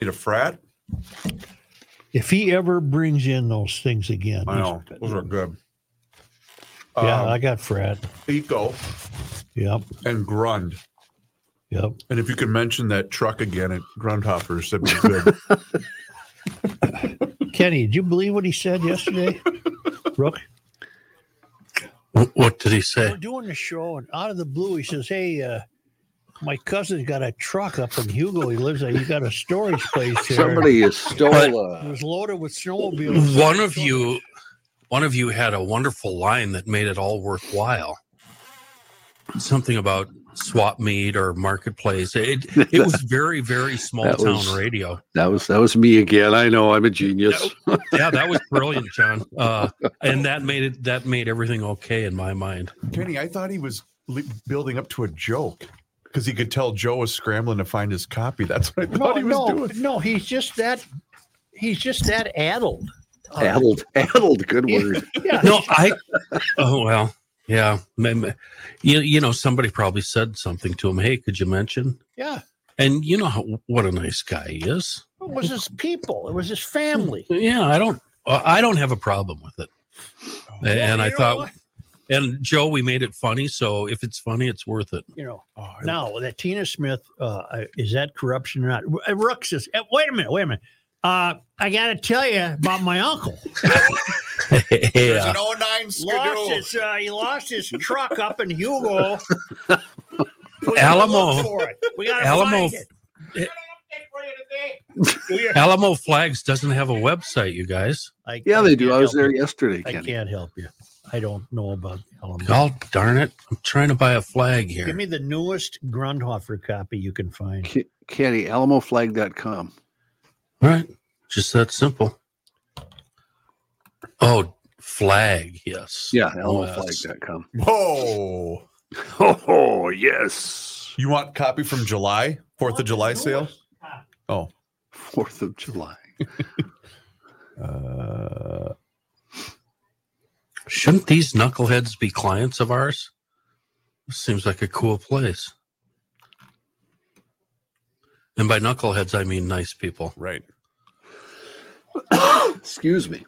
Need a frat? If he ever brings in those things again, I know. Those are good. yeah, Um, I got Fred. Eco Yep, and Grund. yep. And if you could mention that truck again at Grundhoppers, that'd be good. Kenny, did you believe what he said yesterday? Rook, Wh- What did he say? we're doing the show, and out of the blue, he says, "Hey, uh, my cousin's got a truck up in Hugo. He lives there. He's got a storage place here. Somebody has But- stolen. It was loaded with snowmobiles. One of you, one of you had a wonderful line that made it all worthwhile. Something about swap meet or marketplace. It it was very very small That town was- radio. That was that was me again. I know I'm a genius. Yeah, that was brilliant, John. Uh, and that made it that made everything okay in my mind. Kenny, I thought he was le- building up to a joke because he could tell Joe was scrambling to find his copy. That's what I No, thought he was no, doing. no. He's just that. He's just that addled. Uh, addled, addled. Good Yeah. word. Yeah, No, I. Oh well, yeah. Mem- You you know somebody probably said something to him. Hey, could you mention? yeah. And you know how, what a nice guy he is. It was his people. It was his family. Yeah, I don't. uh, I don't have a problem with it. And I You know thought what? And Joe, we made it funny, so if it's funny, it's worth it. you know. Oh, I- Now that Tina Smith uh, is that corruption or not? Uh, Rook says, "Eh, "Wait a minute, wait a minute. Uh, I got to tell you about my uncle. There's yeah, an 09 Lost skidoo. his, uh, he lost his truck up in Hugo. We gotta Alamo. look for it. We got to Alamo. find it. Alamo Flags doesn't have a website, you guys. I- Yeah, I they do. can't I was help there you. yesterday, I Kenny. can't help you. I don't know about Alamo. God darn it! I'm trying to buy a flag Give here. me the newest Grundhofer copy you can find. Ke- Kenny, alamoflag.com. All right, just that simple. Oh, flag, yes. Yeah, Yes. alamoflag.com. Whoa. Oh, yes. You want copy from July, 4th of July sale? Oh. Fourth of July. Uh, Shouldn't these knuckleheads be clients of ours? This seems like a cool place. And by knuckleheads, I mean nice people. right. Excuse me.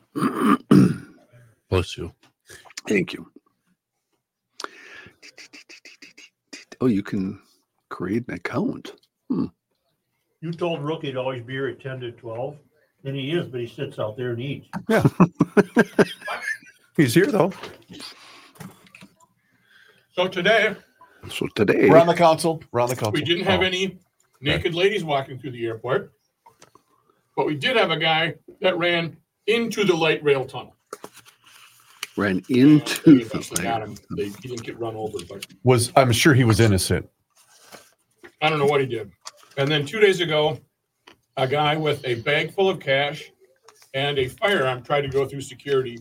Bless you. Thank you. Oh, you can create an account. You told Rook he'd always be here at 10 to 12, and he is, but he sits out there and eats. He's here, though. So today, So today, We're on the council. We're on the council. we didn't have Oh. any naked ladies walking through the airport, but we did have a guy that ran into the light rail tunnel. ran And they into the eventually got land. him. They, he didn't get run over, but Was I'm sure he was innocent. I don't know what he did. And then two days ago, a guy with a bag full of cash and a firearm tried to go through security.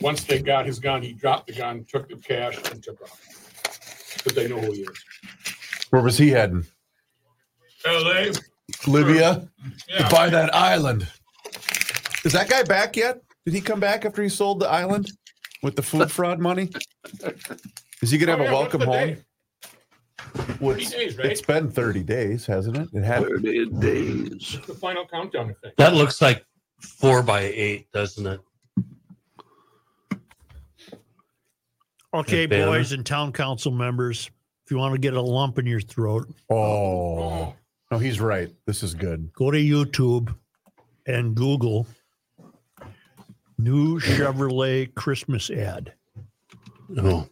Once they got his gun, he dropped the gun, took the cash, and took off. But they know who he is. Where was he heading? LA? Libya Yeah. by that island. Is that guy back yet? Did he come back after he sold the island with the food fraud money? Is he gonna have Oh, a yeah, what's welcome the home? date? Well, 30 it's- days, right? it's been 30 days, hasn't it? It had Thirty days. The final countdown, I think. That looks like four by eight, doesn't it? Okay, Banner. boys and town council members, if you want to get a lump in your throat, Oh no, he's right. This is good. go to YouTube and Google new Chevrolet Christmas ad. No,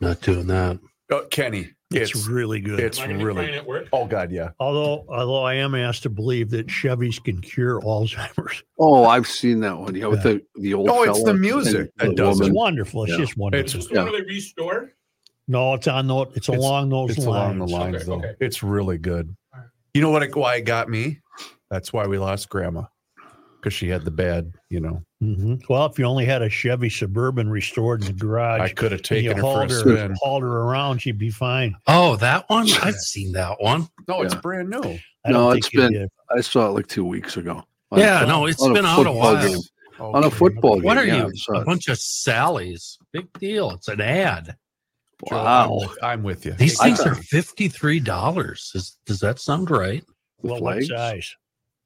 not doing that. Uh, Kenny, It's, it's really good. it's Am I gonna really try and it work? oh god, yeah. although, although I am asked to believe that Chevys can cure Alzheimer's. Oh, I've seen that one. Yeah, with the the old. Oh, it's fella the music that and the does it. It's woman. wonderful. It's Yeah. just It's wonderful. just the one they restored. No, it's on the. It's, It's- along those It's lines. along the lines Okay, though. okay. It's really good. You know what it, why it got me? That's why we lost grandma. Because she had the bad, you know. Mhm. Well, if you only had a Chevy Suburban restored in the garage, I could have and you taken her for a hauled spin. hauled her around, she'd be fine. Oh, that one? I've seen that one. No, it's Yeah. brand new. I No, don't it's think you'd been- get it. I saw it like two weeks ago. On- Yeah, no, it's on been out a football while. game. On a football game. What are yeah, you? I saw A it. bunch of Sallies. Big deal. It's an ad. Joe, I'm Wow. with- I'm with you. These I things thought- are fifty-three dollars. Is, does that sound right? The Well, what flags? size?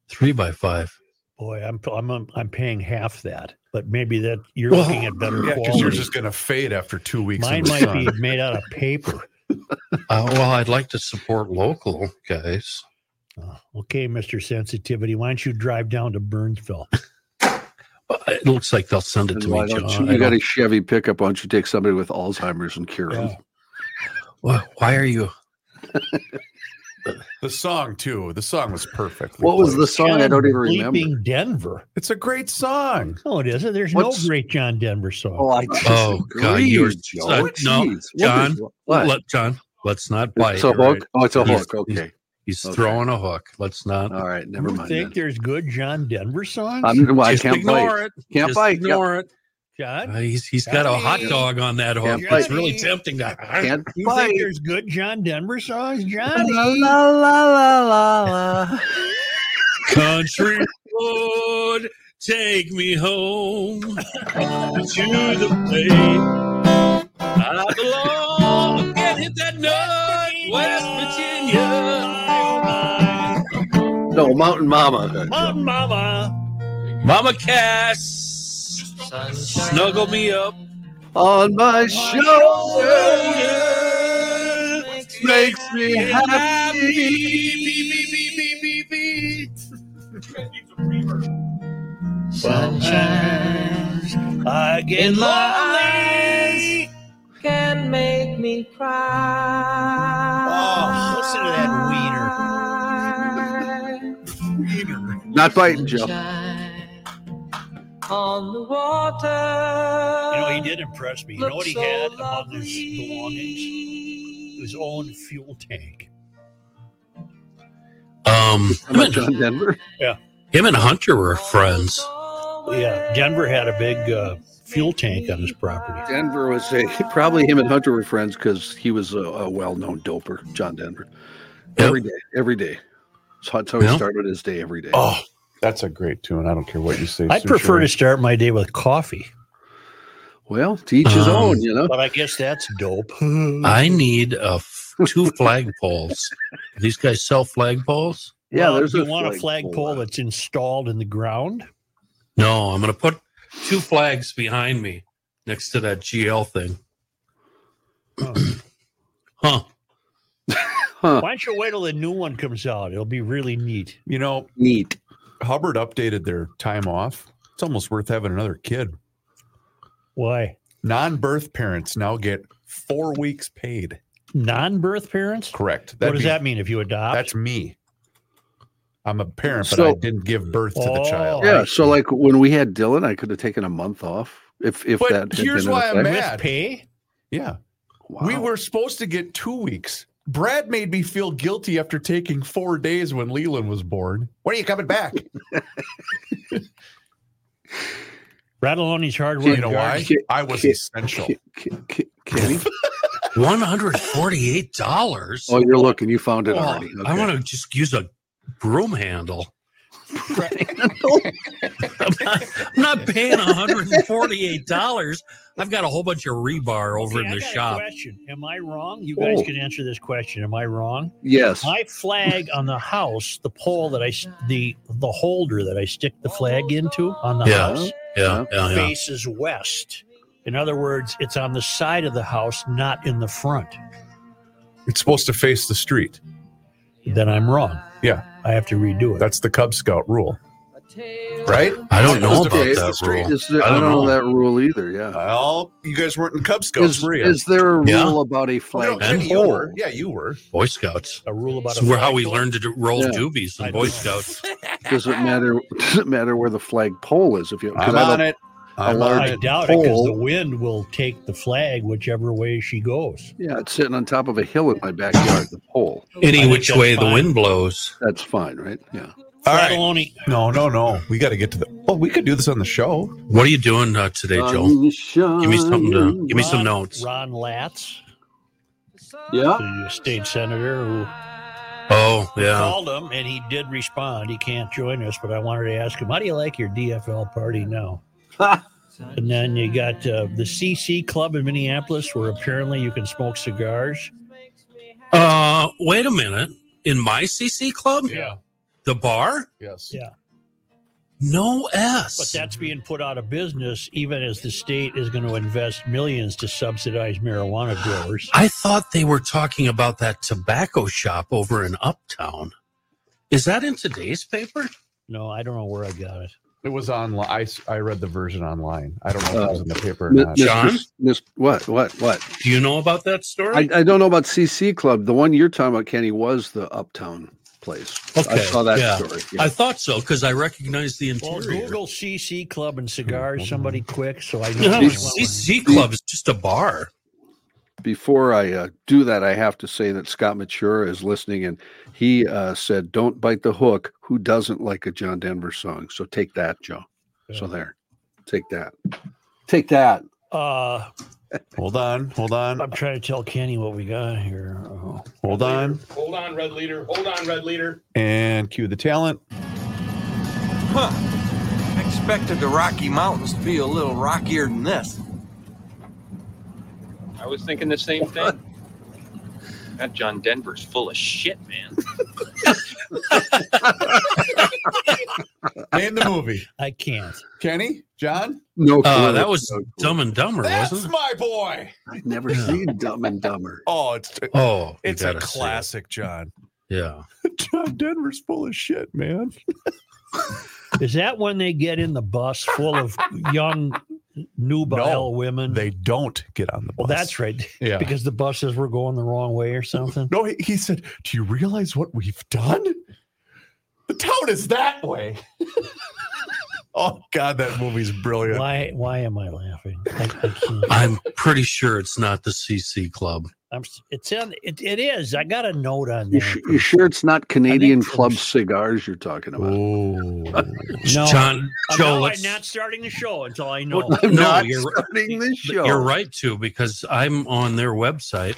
Three by five. Boy, I'm I'm um, I'm paying half that, but maybe that you're Well, looking at better Yeah, because quality. yours is going to fade after two weeks. in Mine the might sun. be made out of paper. Uh, well, I'd like to support local guys. Uh, okay, Mister Sensitivity, why don't you drive down to Burnsville? Uh, It looks like they'll send it And to why me, don't John. you, I you got don't- a Chevy pickup. Why don't you take somebody with Alzheimer's and cure them? Yeah. why, why are you? The song too. The song was perfect. What was the song? I don't even remember. Bleeping Denver. It's a great song. No, it isn't. There's What's- no great John Denver song. Oh, I Oh, God, you are disagree, Joe. such- no, Jeez, what is- John, what? Let, John, let's not bite. It's a You're right. hook. Oh, it's a He's- hook. Okay. He's Okay. throwing a hook. Let's not. All right. Never you mind. think then. there's good John Denver songs? I'm, well, I just can't ignore bite. it. Can't just bite. Yep. ignore it. John, Uh, he's he's got a hot dog on that hook. Can't It's bite. really tempting to. Can't you bite. think there's good John Denver songs, John? La, la, la, la, la. Country road, take me home to the place I belong. Can't hit that nut, West Virginia. No, Mountain Mama. Mom, mama. Mama Cass, snuggle me up. On my shoulder Oh, Make makes me happy. Sunshine I get in lonely. lonely can make me cry. Oh, listen to that wiener. wiener. Not biting, Joe. On the water. You know, he did impress me. You know what he looks so had among his lovely. belongings? His own fuel tank. Um, him Not and, John Denver. him and Hunter were friends. Yeah, Denver had a big uh, fuel tank on his property. Denver was a probably him and Hunter were friends because he was a, a well-known doper, John Denver. Yep. Every day, every day. So that's how he Yeah. started his day every day. Oh, that's a great tune. I don't care what you say. I'd Sue prefer Shirley. to start my day with coffee, Well, to each his Um, own, you know. but I guess that's dope. I need a f- two flagpoles. These guys sell flagpoles? Yeah, Well, there's you a oh, want a flagpole flagpole out. that's installed in the ground. No, I'm going to put two flags behind me next to that GL thing. Oh. huh. Huh. Why don't you wait till the new one comes out? It'll be really neat. You know, Neat. Hubbard updated their time off. It's almost worth having another kid. Why? Non-birth parents now get four weeks paid. Non-birth parents? Correct. what does be- that mean if you adopt? That's me. I'm a parent, but I So- didn't give birth to the Oh. child. Yeah. So like when we had Dylan, I could have taken a month off if if But that. had here's been in why I'm effect. mad. with pay? Yeah. Wow. We were supposed to get two weeks. Brad made me feel guilty after taking four days when Leland was born. When are you coming back? Rattaloni's hard you work. know why? I was essential. Ki- ki- ki- Kenny. $148? Oh, you're looking. You found it Oh, already. I want to just use a broom handle. I'm not, I'm not paying $148. I've got a whole bunch of rebar over Okay, in I the got a shop. Question. Am I wrong? You guys Oh. can answer this question. Am I wrong? Yes. My flag on the house, the pole that I, s- the the holder that I stick the flag into on the Yeah. house Yeah, yeah, yeah. faces west. In other words, it's on the side of the house, not in the front. It's supposed to face the street. Then I'm wrong. Yeah. I have to redo it. That's the Cub Scout rule, right? I don't know about Okay, that it's- rule. is there- I I don't don't know know. that rule either. Yeah. Well, you guys weren't in Cub Scouts, Is, were you? is there a rule Yeah. about a No, flag? Kenny, you were. Yeah, you were. Boy Scouts. a rule about It's a where how flag we pole. learned to roll Yeah. doobies I in Boy know. Scouts. Does it matter? Does it matter where the flagpole is? If you, 'cause I'm I on don't- it. I'm large- on I it. doubt it because pole. the wind will take the flag whichever way she goes. Yeah, it's sitting on top of a hill in my backyard. The pole. Any think which that's way the fine. wind blows. That's fine, right? Yeah. All right. Fratelloni, No, no, no. We got to get to the. Well, we could do this on the show. What are you doing uh, today, Um, Joe? Give Give me something to give me some notes. Ron Latz, Yeah. the state senator who Oh yeah, called him and he did respond. He can't join us, but I wanted to ask him, how do you like your DFL party now? and then you got uh, the CC Club in Minneapolis, where apparently you can smoke cigars. Uh, wait a minute. In my CC club, Yeah. The bar? Yes. Yeah. No S. But that's being put out of business, even as the state is going to invest millions to subsidize marijuana growers. I thought they were talking about that tobacco shop over in Uptown. Is that in today's paper? No, I don't know where I got it. It was online. I, s- I read the version online. I don't know if it was in the Oh. paper or Mi- not. Mr. John? Mis- what? What? What? Do you know about that story? I, I don't know about CC Club. The one you're talking about, Kenny, was the Uptown place. I Okay, saw that yeah. story. I thought so because I recognized the Well, interior. Google CC Club and Hmm. cigars, somebody quick, so I know. No, which one we're in. CC Club is just a bar. Before I uh, do that, I have to say that Scott Mature is listening, and he uh, said, "Don't bite the hook." Who doesn't like a John Denver song? So take that, Joe. So there, take that. Take that. Uh, Hold on. Hold I'm on. trying to tell Kenny what we got here. Oh. Hold on. Hold on, red leader. Hold on, red leader. And cue the talent. Huh. I expected the Rocky Mountains to be a little rockier than this. I was thinking the same thing. That John Denver's full of shit, man. Name the movie. I can't. Kenny? John? No, Uh, clue. that was No clue. Dumb and Dumber, That's wasn't it? my boy. I've never Yeah. seen Dumb and Dumber. Oh, it's Oh, you it's a gotta see it. classic, John. Yeah. John Denver's full of shit, man. Is that when they get in the bus full of young, nubile women? They don't get on the well, bus. that's right. Yeah. Because the buses were going the wrong way or something. no, he, he said, "Do you realize what we've done? The town is that way." oh God, that movie's brilliant. Why? Why am I laughing? I, I can't. I'm pretty sure it's not the CC Club. I'm, s- it's in. It, it is. I got a note on there. You, sh- you sure it's not Canadian from- Club cigars you're talking about? Oh, No. John, Uh, Joe, no, I'm let's, not starting the show until I know. I'm No, not you're- starting this show. you're right too because I'm on their website.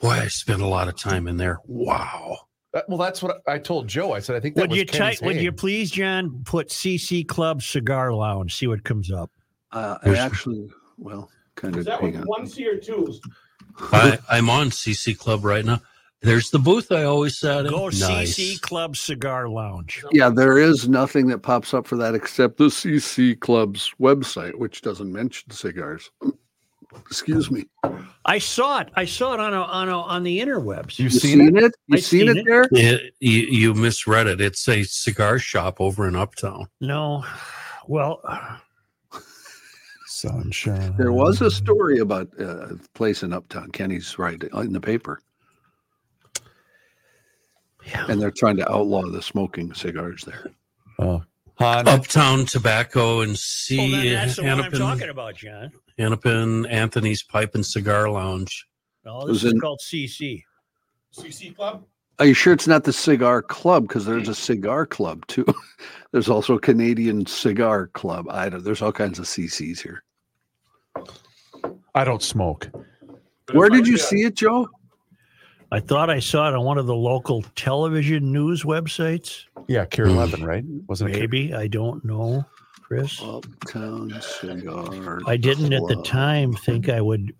Boy, I spent a lot of time in there. Wow. Uh, well, that's what I told Joe. I said, "I think that Would was you Kenny's type? Would you hand." please, John, put CC Club Cigar Lounge? See what comes up. Uh, I actually, well, kind Is of. that Hang with on. one C or twos? I, I'm on CC Club right now. There's the booth I always sat in. Go Nice. CC Club Cigar Lounge. Yeah, there is nothing that pops up for that except the CC Club's website, which doesn't mention cigars. Excuse me. I saw it. I saw it on a, on a, on the interwebs. You've You seen, it? it? You I've seen seen it, it. there? It- you, you misread it. It's a cigar shop over in Uptown. no. Well, Sunshine. There was a story about uh, a place in Uptown. Kenny's right in the paper. Yeah. And they're trying to outlaw the smoking cigars there. Oh, Han. Uptown Tobacco and well C. uh, then that's the one I'm talking Hennepin, about, John. Hennepin Anthony's Pipe and Cigar Lounge. No, It this was is in- called CC. CC Club? Are you sure it's not the cigar club? Because there's a cigar club too. there's also a Canadian cigar club. I don't, there's all kinds of CCs here. I don't smoke. Where did you see it, Joe? I thought I saw it on one of the local television news websites. Yeah, Care Hmm. Eleven, right? Wasn't it? Care- Maybe I don't know, Chris. Uptown cigar. I didn't at the uh, Club. time think I would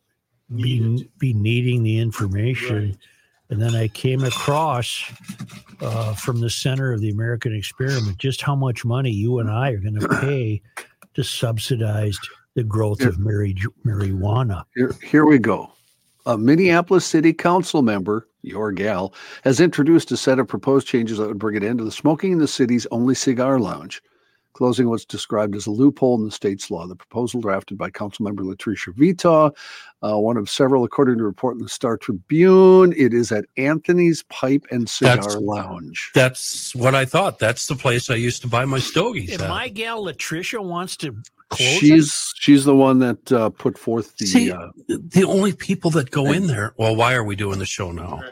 be, be needing the information. And then I came across uh, from the center of the American experiment just how much money you and I are going to pay to subsidize the growth of mari- marijuana. Here, here we go. A Minneapolis City Council member, your gal, has introduced a set of proposed changes that would bring an end to the smoking in the city's only cigar lounge, closing what's described as a loophole in the state's law. The proposal, drafted by Councilmember Latricia Vita, uh, one of several, according to a report in the Star Tribune, it is at Anthony's Pipe and Cigar That's- Lounge. That's what I thought. That's the place I used to buy my stogies. If at. my gal Latricia wants to close it, She's she's the one that uh, put forth the. See, uh, the only people that go in there. Well, why are we doing the show now?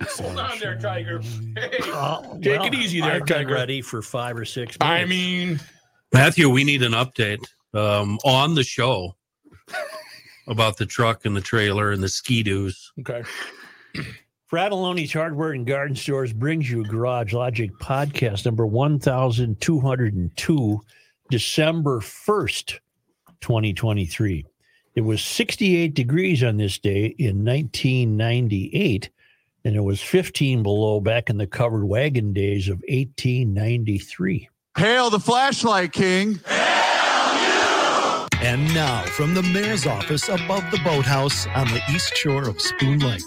Oh. Hold on there, Tiger. Hey. Uh, Oh, Take it easy there, I've been Tiger. ready for five or six minutes. I mean, Matthew, we need an update um, on the show about the truck and the trailer and the ski-doos. okay. Fratelloni's Hardware and Garden Stores brings you Garage Logic Podcast number 1202, December 1st, 2023. It was 68 degrees on this day in 1998, and it was 15 below back in the covered wagon days of 1893. Hail the flashlight king. And now, from the mayor's office above the boathouse on the east shore of Spoon Lake,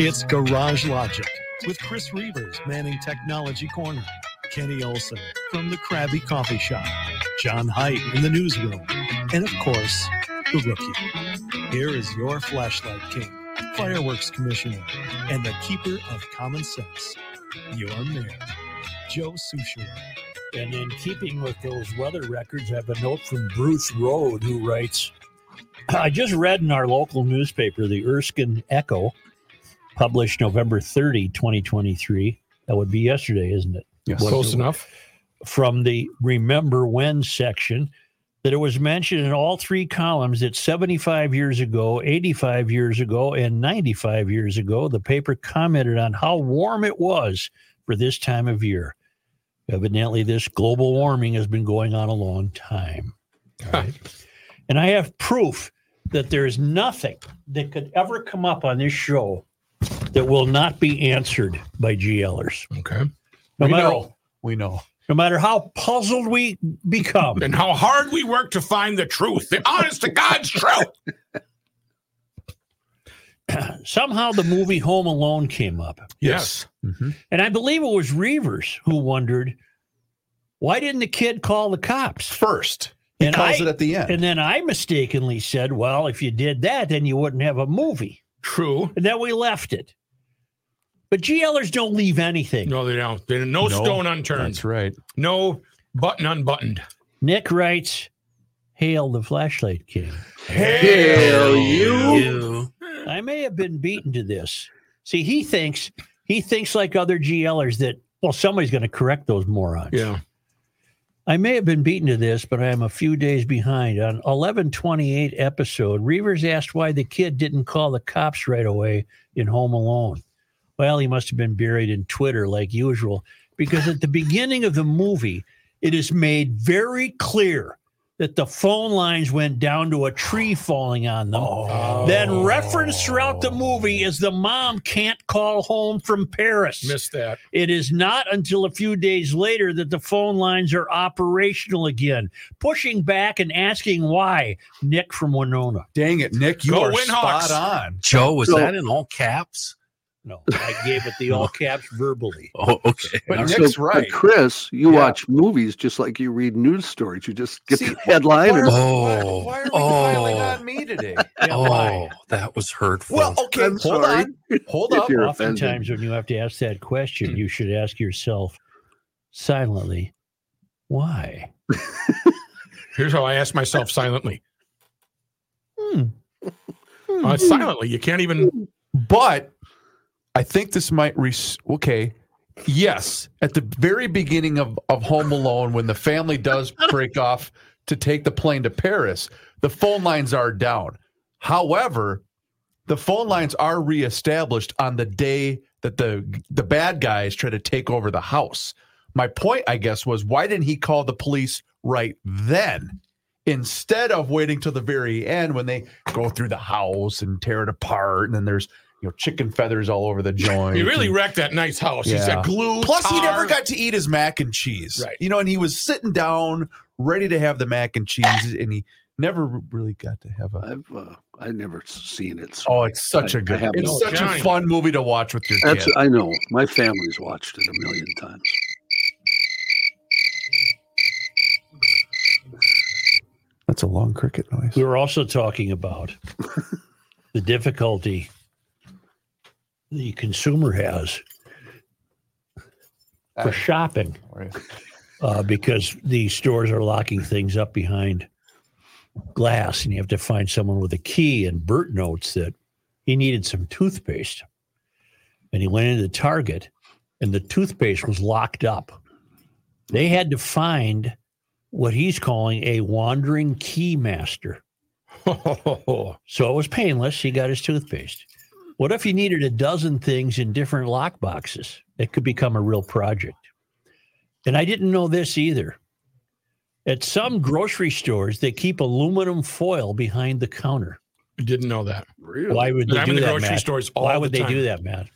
it's Garage Logic with Chris Reavers manning Technology Corner, Kenny Olson from the Krabby Coffee Shop, John Hyde in the newsroom, and of course, the rookie. Here is your flashlight king, fireworks commissioner, and the keeper of common sense, your mayor, Joe Sushiro. And in keeping with those weather records, I have a note from Bruce Rode who writes I just read in our local newspaper, the Erskine Echo, published November 30, 2023. That would be yesterday, isn't it? Yes. Was Close it- enough. From the Remember When section, that it was mentioned in all three columns that 75 years ago, 85 years ago, and 95 years ago, the paper commented on how warm it was for this time of year. Evidently, this global warming has been going on a long time. All right. and I have proof that there is nothing that could ever come up on this show that will not be answered by GLers. Okay. No we matter, know. We know. no matter how puzzled we become, And how hard we work to find the truth, the honest to God's truth. somehow the movie Home Alone came up. Yes. And I believe it was Reavers who wondered why didn't the kid call the cops? First, he And calls I- it at the end. And then I mistakenly said, well, if you did that, then you wouldn't have a movie. True. And then we left it. But GLers don't leave anything. No, they don't. They no, No, stone unturned. That's right. No button unbuttoned. Nick writes, Hail the flashlight king. Oh, Hail You. I may have been beaten to this. See, he thinks he thinks like other GLers that well, somebody's going to correct those morons. Yeah. I may have been beaten to this, but I am a few days behind. On 1128 episode, Reavers asked why the kid didn't call the cops right away in Home Alone. Well, he must have been buried in Twitter like usual, because at the beginning of the movie, it is made very clear that the phone lines went down to a tree falling on them. Oh. Then referenced throughout the movie is the mom can't call home from Paris. Missed that. It is not until a few days later that the phone lines are operational again. Pushing back and asking why, Nick from Winona. Dang it, Nick. You Go are Windhawks. spot on. Joe, was So- that in all caps? No, I gave it the all caps verbally. Oh, okay. But All right. So, Nick's but right. Chris, you Yeah. watch movies just like you read news stories. You just get See, the headline. Why are- And, why, Oh. why are we Oh. piling on me today? Oh, that was hurtful. Well, oh. okay, I'm hold sorry. on. Hold If up. you're offended. Mm. Oftentimes, when you have to ask that question, you should ask yourself silently, why? Here's how I ask myself silently. Hmm. Uh, silently. You can't even. But I think this might res okay. Yes, at the very beginning of, of Home Alone, when the family does break off to take the plane to Paris, the phone lines are down. However, the phone lines are reestablished on the day that the the bad guys try to take over the house. My point, I guess, was why didn't he call the police right then? Instead of waiting till the very end when they go through the house and tear it apart, and then there's you know chicken feathers all over the Hmm. joint. He really and- wrecked that nice house. He's Yeah. got glue. Plus, he tar. never got to eat his mac and cheese. Right. You know, and he was sitting down, ready to have the mac and cheese, and he never really got to have a. I've uh, I never seen it. so Oh, it's such I- a I good. have It's no- such Johnny. a fun movie to watch with your That's kids. I know. My family's watched it a million times. That's a long cricket noise. We were also talking about the difficulty the consumer has for Uh, shopping Sorry. uh, because the stores are locking things up behind glass, and you have to find someone with a key. And Bert notes that he needed some toothpaste, and he went into Target, and the toothpaste was locked up. They had to find what he's calling a wandering key master. So it was painless. He got his toothpaste. What if you needed a dozen things in different lock boxes? It could become a real project. And I didn't know this either. At some grocery stores, they keep aluminum foil behind the counter. Didn't know that. Really? Why would And they I'm do in the that, grocery Matt? stores all Why the would they time. do that, Matt?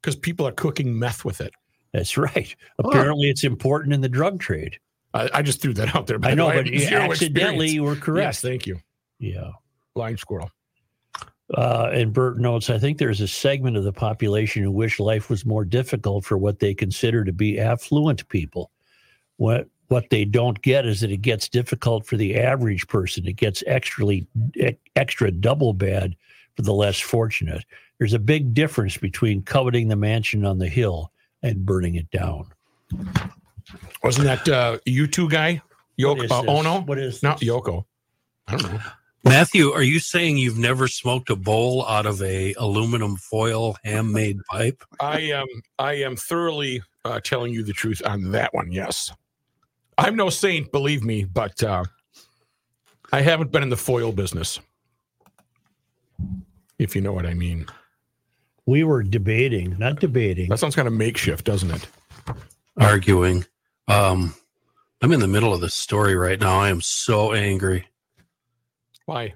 because people are cooking meth with it. That's right. Apparently, it's important in the drug trade. I, I just threw that out there. by I the know, way. but you Zero accidentally you were correct. Yes, thank you. Yeah. Blind squirrel. Uh, and Bert notes, I think there's a segment of the population who wish life was more difficult for what they consider to be affluent people. What what they don't get is that it gets difficult for the average person. It gets extra extra double bad for the less fortunate. There's a big difference between coveting the mansion on the hill and burning it down. Wasn't that uh, you two guy? What Yoko is uh, this? Ono? What is Not Yoko. I don't know. Matthew, are you saying you've never smoked a bowl out of a aluminum foil handmade pipe? I am I am thoroughly uh, telling you the truth on that one. Yes, I'm no saint, believe me, but uh, I haven't been in the foil business, if you know what I mean. We were debating, not debating. That sounds kind of makeshift, doesn't it? Arguing. Um, I'm in the middle of this story right now. I am so angry. Why?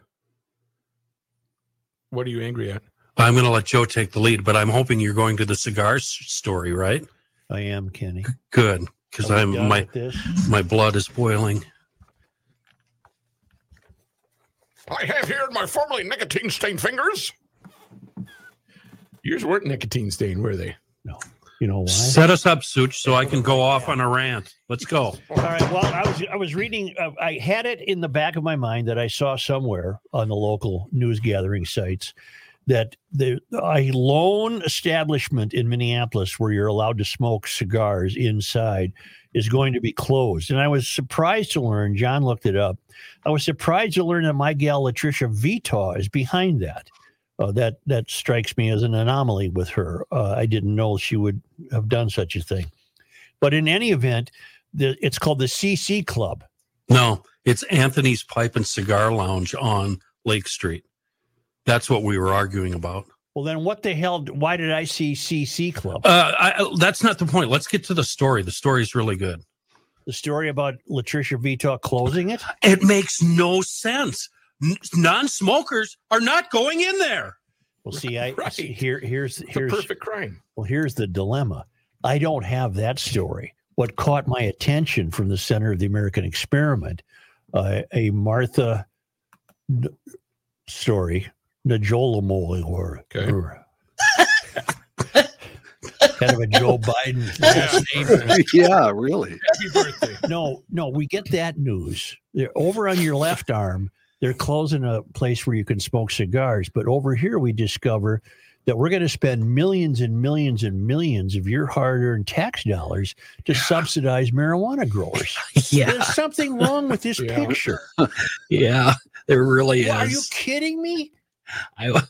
What are you angry at? I'm going to let Joe take the lead, but I'm hoping you're going to the cigar s- story, right? I am Kenny. Good, because Oh Are we I'm done my with this? my blood is boiling. I have here my formerly nicotine stained fingers. Yours weren't nicotine stained, were they? You know why? Set us up, Such, so I can go off on a rant. Let's go. All right. Well, I was I was reading. Uh, I had it in the back of my mind that I saw somewhere on the local news gathering sites that the a lone establishment in Minneapolis where you're allowed to smoke cigars inside is going to be closed. And I was surprised to learn. John looked it up. I was surprised to learn that my gal Latricia Vitaw is behind that. Uh, that that strikes me as an anomaly with her. Uh, I didn't know she would have done such a thing. But in any event, the, it's called the CC Club. No, it's Anthony's Pipe and Cigar Lounge on Lake Street. That's what we were arguing about. Well, then what the hell? Why did I see CC Club? Uh, I, that's not the point. Let's get to the story. The story is really good. the story about Latricia Vito closing it? It makes no sense. N- non-smokers are not going in there. Well, see, I see, here here's here's crime. well here's the dilemma. I don't have that story. What caught my attention from the Center of the American Experiment, uh, a Martha N- story, Najolomoli or, or kind of a Joe Biden last name. yeah, really. No, no, we get that news. They're over on your left arm. They're closing a place where you can smoke cigars, but over here we discover that we're going to spend millions and millions and millions of your hard-earned tax dollars to subsidize marijuana growers. Yeah. There's something wrong with this Yeah. picture. Yeah, there really What, are you kidding me? I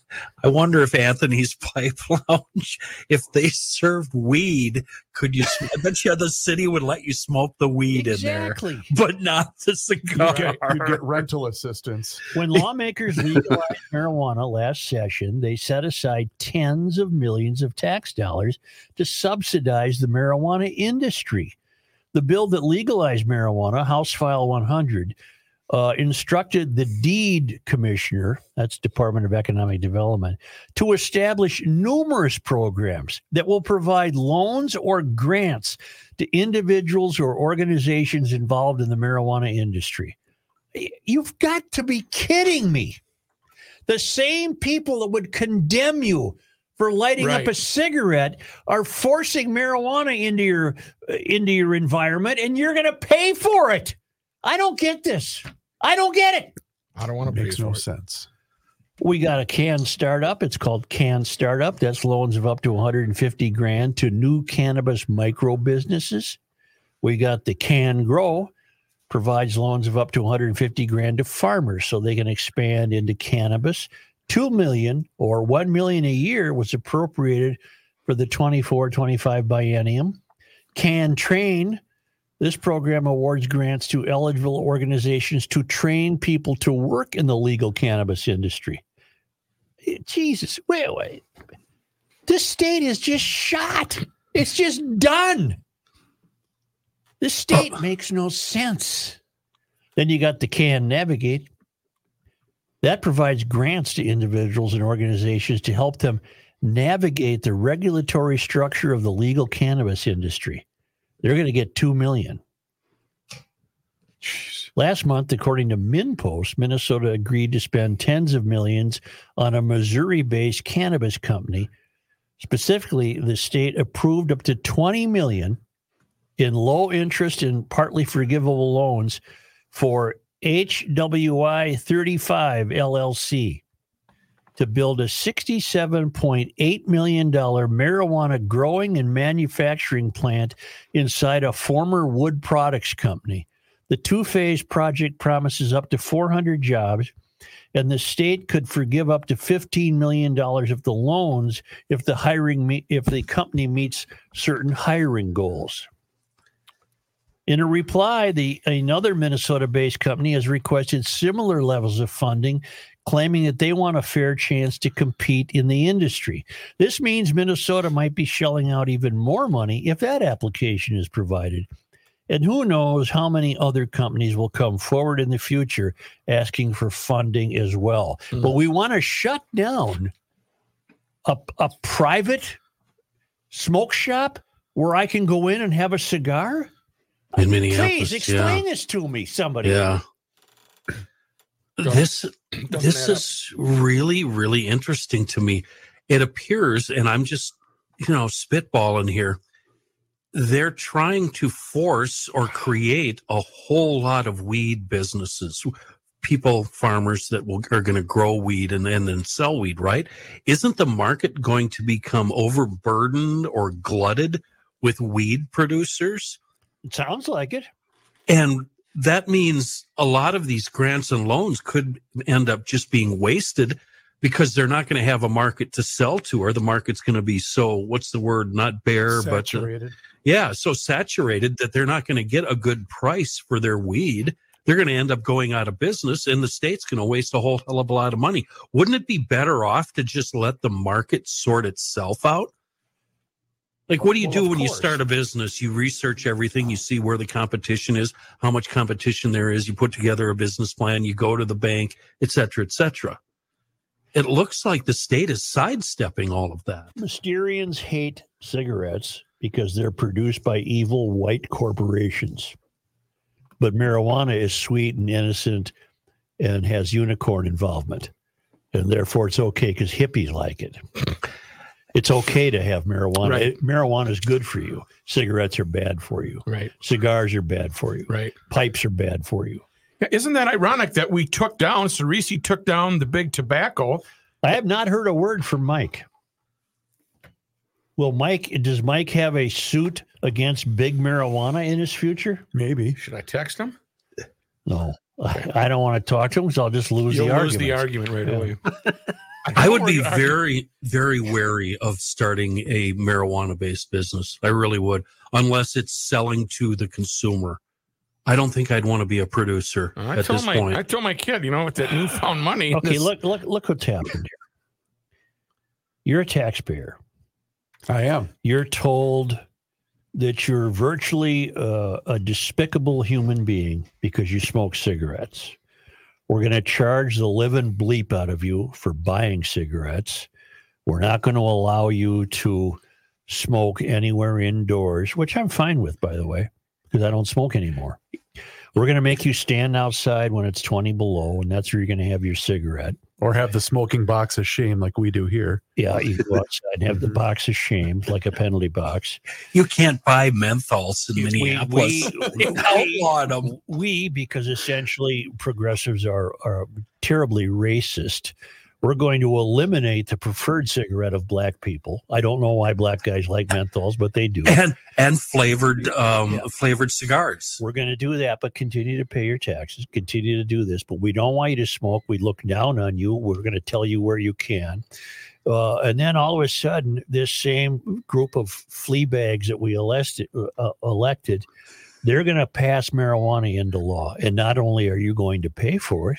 I wonder if Anthony's Pipe Lounge, if they served weed, could you? I bet you the city would let you smoke the weed Exactly. in there, but not the You cigar. get, you get rental assistance. When lawmakers legalized marijuana last session, they set aside tens of millions of tax dollars to subsidize the marijuana industry. The bill that legalized marijuana, House File 100, uh, instructed the deed commissioner, that's Department of Economic Development, to establish numerous programs that will provide loans or grants to individuals or organizations involved in the marijuana industry. Y- You've got to be kidding me. The same people that would condemn you for lighting up Right. a cigarette are forcing marijuana into your uh, into your environment and you're going to pay for it. I don't get this. I don't get it. I don't want to Makes pay no for it. sense. We got a can startup. It's called Can Startup. That's loans of up to 150 grand to new cannabis micro businesses. We got the Can Grow provides loans of up to 150 grand to farmers so they can expand into cannabis. 2 million or 1 million a year was appropriated for the 24-25 biennium. Can Train this program awards grants to eligible organizations to train people to work in the legal cannabis industry. Eh, Jesus, wait, wait. This state is just shot. It's just done. This state makes no sense. Then you got the Can Navigate. That provides grants to individuals and organizations to help them navigate the regulatory structure of the legal cannabis industry. They're going to get 2 million. Last month, according to MinPost, Minnesota agreed to spend tens of millions on a Missouri based cannabis company. Specifically, the state approved up to 20 million in low interest and partly forgivable loans for HWI 35 LLC to build a $67.8 million marijuana growing and manufacturing plant inside a former wood products company. The two phase project promises up to 400 jobs, and the state could forgive up to $15 million of the loans if the hiring me- if the company meets certain hiring goals. In a reply, the another Minnesota-based company has requested similar levels of funding, claiming that they want a fair chance to compete in the industry. This means Minnesota might be shelling out even more money if that application is provided. And who knows how many other companies will come forward in the future asking for funding as well. Hmm. But we want to shut down a, a private smoke shop where I can go in and have a cigar? in Minneapolis. Please explain yeah. this to me, somebody. Yeah. This doesn't this add up. is really really interesting to me. It appears, and I'm just you know spitballing here. They're trying to force or create a whole lot of weed businesses, people, farmers that will are going to grow weed and, and then sell weed. Right? Isn't the market going to become overburdened or glutted with weed producers? It sounds like it. And that means a lot of these grants and loans could end up just being wasted because they're not going to have a market to sell to, or the market's going to be so, what's the word, not bare, but uh, yeah, so saturated that they're not going to get a good price for their weed. They're going to end up going out of business, and the state's going to waste a whole hell of a lot of money. Wouldn't it be better off to just let the market sort itself out? Like, what do you Well, do of when you course. start a business? You research everything, you see where the competition is, how much competition there is, you put together a business plan, you go to the bank, et cetera, et cetera. It looks like the state is sidestepping all of that. Mysterians hate cigarettes because they're produced by evil white corporations. But marijuana is sweet and innocent and has unicorn involvement. And therefore, it's okay because hippies like it. It's okay to have marijuana. Right. Marijuana is good for you. Cigarettes are bad for you. Right. Cigars are bad for you. Right. Pipes are bad for you. Yeah, Isn't that ironic that we took down Cerisi took down the big tobacco? I have not heard a word from Mike. Will Mike does Mike have a suit against big marijuana in his future? Maybe. Should I text him? No. I I don't want to talk to him, so I'll just lose You'll the argument. lose the argument right away. I would be Or- I- very, very wary of starting a marijuana based business. I really would, unless it's selling to the consumer. I don't think I'd want to be a producer I at told this my point. I told my kid, you know, with that newfound money. Okay, this- look look look what's happened here. You're a taxpayer. I am. You're told that you're virtually uh, a despicable human being because you smoke cigarettes. We're going to charge the living bleep out of you for buying cigarettes. We're not going to allow you to smoke anywhere indoors, which I'm fine with, by the way, because I don't smoke anymore. We're going to make you stand outside when it's 20 below, and that's where you're going to have your cigarette. Or have the smoking box of shame like we do here. Yeah, you go outside and have the box of shame, like a penalty box. You can't buy menthols in we, Minneapolis. outlawed them. We, because essentially progressives are, are terribly racist, we're going to eliminate the preferred cigarette of black people. I don't know why black guys like menthols, but they do. and and flavored um, flavored cigars. We're going to do that, but continue to pay your taxes, continue to do this. But we don't want you to smoke. We look down on you. We're going to tell you where you can. Uh, and then all of a sudden, this same group of flea bags that we elected, uh, elected they're going to pass marijuana into law. And not only are you going to pay for it,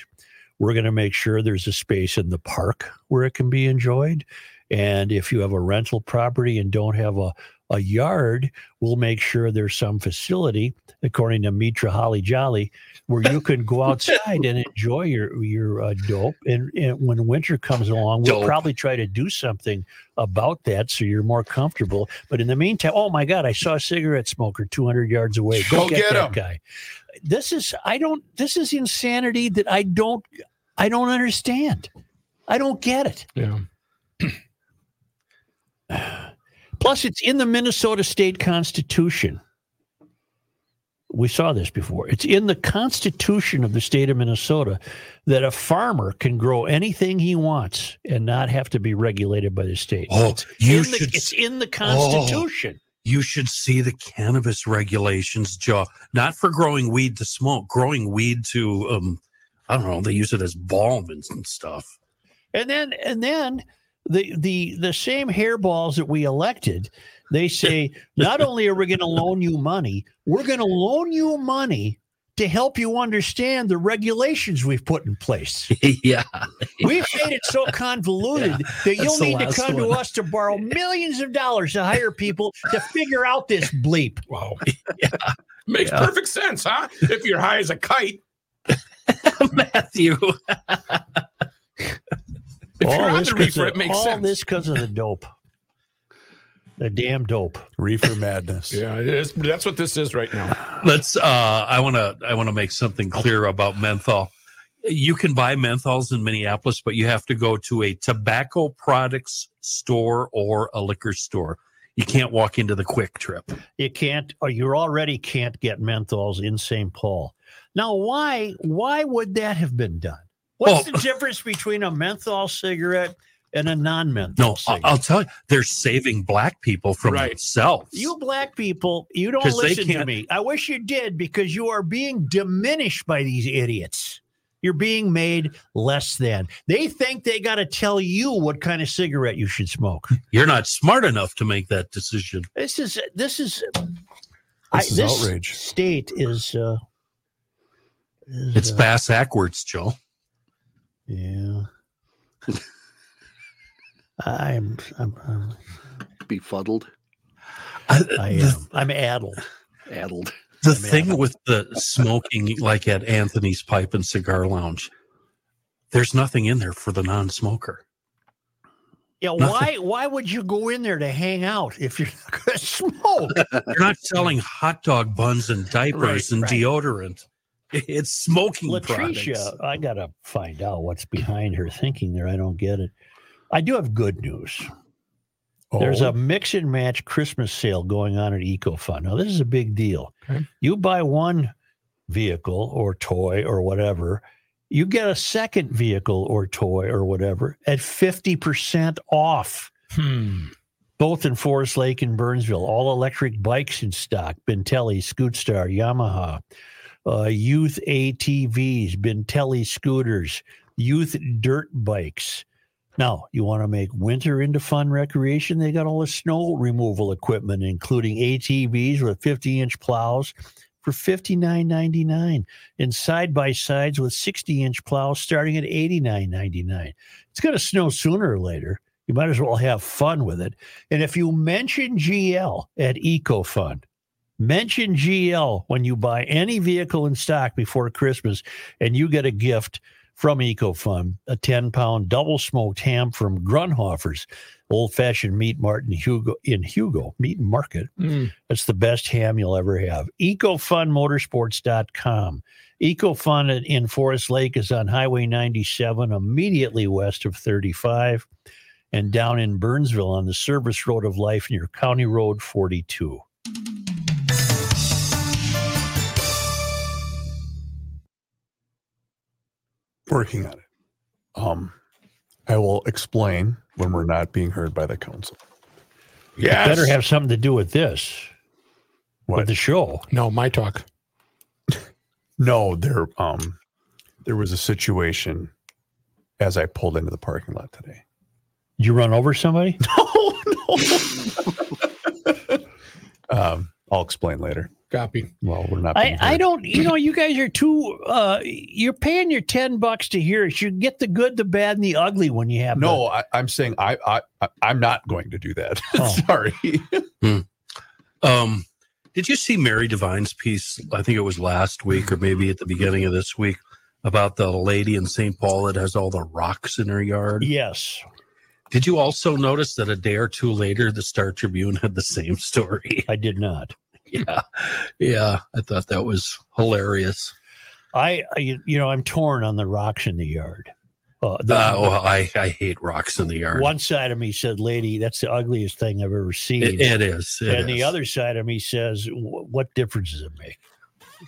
we're going to make sure there's a space in the park where it can be enjoyed. And if you have a rental property and don't have a, a yard will make sure there's some facility, according to Mitra Holly Jolly, where you can go outside and enjoy your your uh, dope. And, and when winter comes along, we'll Dope. probably try to do something about that so you're more comfortable. But in the meantime, oh my God, I saw a cigarette smoker 200 yards away. Go, Go get, get that 'em. guy. This is I don't. This is insanity that I don't. I don't understand. I don't get it. Yeah. Plus, it's in the Minnesota state constitution. We saw this before. It's in the constitution of the state of Minnesota that a farmer can grow anything he wants and not have to be regulated by the state. Oh, It's you in the- should it's s- Oh. in the constitution. You should see the cannabis regulations, Joe. Not for growing weed to smoke, growing weed to, um, I don't know, they use it as balm and, and stuff. And then and then the the the same hairballs that we elected, they say not only are we going to loan you money, we're going to loan you money to help you understand the regulations we've put in place. yeah. Uh, We've made it so convoluted that that's you'll the need to last come to one. us to borrow millions of dollars to hire people to figure out this bleep. Wow. Makes perfect sense, huh? If you're high as a kite. Matthew. If you're All on this the 'cause reefer, of, it makes all sense. this 'cause of the dope. The damn dope. Reefer madness. Yeah, it is. That's what this is right now. Let's. Uh, I want to. I want to make something clear about menthol. You can buy menthols in Minneapolis, but you have to go to a tobacco products store or a liquor store. You can't walk into the Quick Trip. you can't or you already can't get menthols in St. Paul. Now why why would that have been done? What's Oh. Well- the difference between a menthol cigarette and a non-menthol No, I- cigarette? I'll tell you, they're saving black people from Right. themselves. you black people, you don't 'Cause they listen to can't- me. I wish you did because you are being diminished by these idiots. You're being made less than. They think they got to tell you what kind of cigarette you should smoke. You're not smart enough to make that decision. This is this is This is outrage. State is uh, is, It's uh, bass backwards, Joe. Yeah. I'm I'm I'm, Befuddled, I, I Uh, the am, I'm addled. addled. the thing with the smoking, like at Anthony's Pipe and Cigar Lounge, there's nothing in there for the non-smoker. Yeah, why why would you go in there to hang out if you're not gonna smoke? You're not selling hot dog buns and diapers Right, and right. deodorant. It's smoking products. Latricia, I gotta find out what's behind her thinking there. I don't get it. I do have good news. There's Oh. a mix and match Christmas sale going on at EcoFund. Now, this is a big deal. Okay. You buy one vehicle or toy or whatever, you get a second vehicle or toy or whatever at 50% off. Hmm. Both in Forest Lake and Burnsville, all electric bikes in stock Bentelli, Scootstar, Yamaha, uh, youth ATVs, Bentelli scooters, youth dirt bikes. Now, you want to make winter into fun recreation? They got all the snow removal equipment, including ATVs with 50 inch plows for $59.99 and side by sides with 60 inch plows starting at $89.99. It's going to snow sooner or later. You might as well have fun with it. And if you mention GL at EcoFund, mention GL when you buy any vehicle in stock before Christmas, and you get a gift from EcoFund, a 10 pound double smoked ham from Grunhofer's old fashioned meat mart in Hugo in Hugo Meat Market. Hmm. That's the best ham you'll ever have. EcofundMotorsports.com. EcoFund in- in Forest Lake is on Highway 97, immediately west of 35, and down in Burnsville on the service road of life near County Road 42. Working on it. Um, I will explain when we're not being heard by the council. Yes. Better have something to do with this, What? with the show. no, my talk. No, there um there was a situation as I pulled into the parking lot today. Did you run over somebody? Oh no. um, I'll explain later. Copy. Well, we're not I, being I heard. don't, you know, you guys are too, uh, you're paying your 10 bucks to hear it. You get the good, the bad, and the ugly when you have no, I, I'm saying I, I I- I'm not going to do that. Oh. Sorry. Um, did you see Mary Devine's piece? I think it was last week or maybe at the beginning of this week about the lady in St. Paul that has all the rocks in her yard. Yes. Did you also notice that a day or two later, the Star Tribune had the same story? I did not. Yeah. Yeah. I thought that was hilarious. I, I you know, I'm torn on the rocks in the yard. Uh, the- Uh, well, I, I hate rocks in the yard. One side of me said, "Lady, that's the ugliest thing I've ever seen." It- it is, it and the is. other side of me says, "Wh- "What difference does it make?"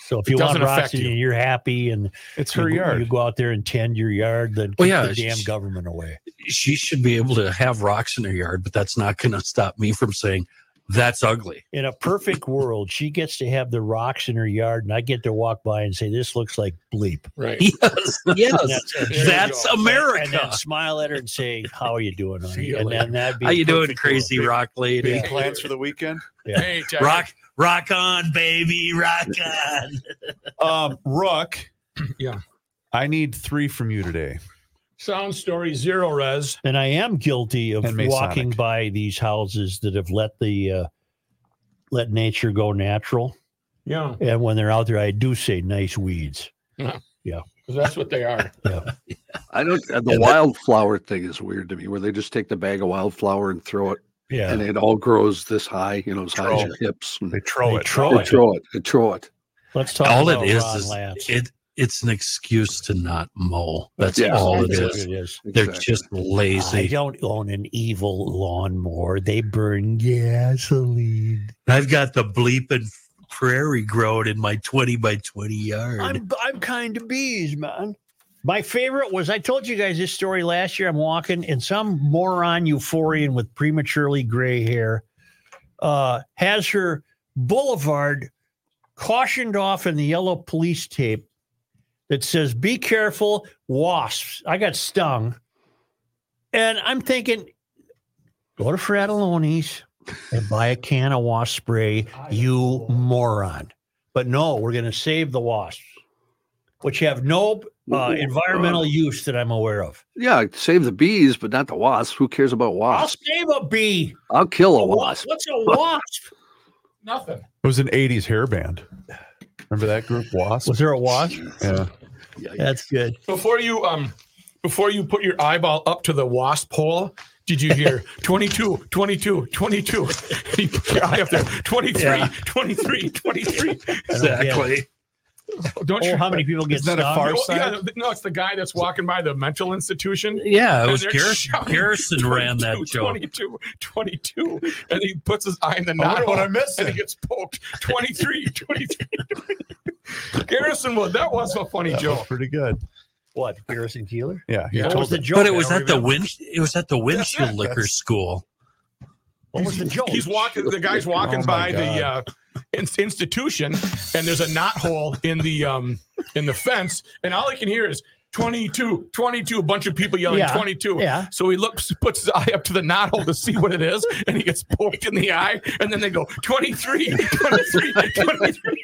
So if It you want doesn't rocks affect and you. you're happy and it's her yard. you go out there and tend your yard, then keep Well, yeah, the damn she- government away. she should be able to have rocks in her yard, but that's not going to stop me from saying that's ugly. In a perfect world, she gets to have the rocks in her yard, and I get to walk by and say, "This looks like bleep." Right. Yes, And yes, that's it. There you that's go. And America. then smile at her and say, "How are you doing?" honey?" you And later. then that'd be How you doing, perfect world. crazy rock lady? Yeah. plans for the weekend? Yeah. Hey, Tiger. Rock, rock on, baby, rock on. Um, Rook, Yeah. I need three from you today. Sound story zero res. And I am guilty of And Masonic. walking by these houses that have let the uh, let nature go natural. Yeah. And when they're out there, I do say nice weeds. Because that's what they are. I don't. uh, The wildflower thing is weird to me, where they just take the bag of wildflower and throw it, Yeah. and it all grows this high, you know, as high as your hips. And They throw They it. throw they it. throw it. They throw it. Let's talk all about it is Ron is Lance. it. It's an excuse to not mow. That's Yeah. all it That's what is. it is. They're Exactly. just I lazy. don't own an evil lawnmower. They burn gasoline. I've got the bleeping prairie growing in my twenty by twenty yard. I'm I'm kind of bees, man. My favorite was I told you guys this story last year. I'm walking and some moron euphorian with prematurely gray hair uh, has her boulevard cautioned off in the yellow police tape that says "Be careful, wasps." I got stung, and I'm thinking, go to Fratelloni's and buy a can of wasp spray, you moron. But no, we're going to save the wasps, which have no uh, environmental use that I'm aware of. Yeah, save the bees, but not the wasps. Who cares about I'll wasps? save a bee. I'll, kill a Wa- wasp. What's a wasp? Nothing. It was an 80s hair band. Remember that group, Wasp? Was there a wasp? Yeah. Yeah, That's good. Before you um before you put your eyeball up to the wasp hole, did you hear 22, 22, 22? you put your eye up there, 23, Yeah. 23, 23. exactly. Don't you? Oh, how many people get Isn't that a stung? far- No, side? yeah, no, it's the guy that's walking by the mental institution. Yeah, it And was they're Garrison. shouting, Garrison ran that 22, joke. 22, 22. And he puts his eye in the I wonder knot what hole I'm missing. and he gets poked. 23, 23. Garrison, well, that was a funny That was joke. pretty good. What? Garrison Keeler? Yeah. he Yeah. What told was the it. joke? But it was I don't at the remember. wind. It was at the windshield that's- liquor school. What was the joke? He's walking, the guy's walking Oh my by the uh, in- institution and there's a knot hole in the um in the fence and all he can hear is 22, 22, a bunch of people yelling Yeah. 22. Yeah. So he looks, puts his eye up to the knot hole to see what it is, and he gets poked in the eye, and then they go 23, 23, 23.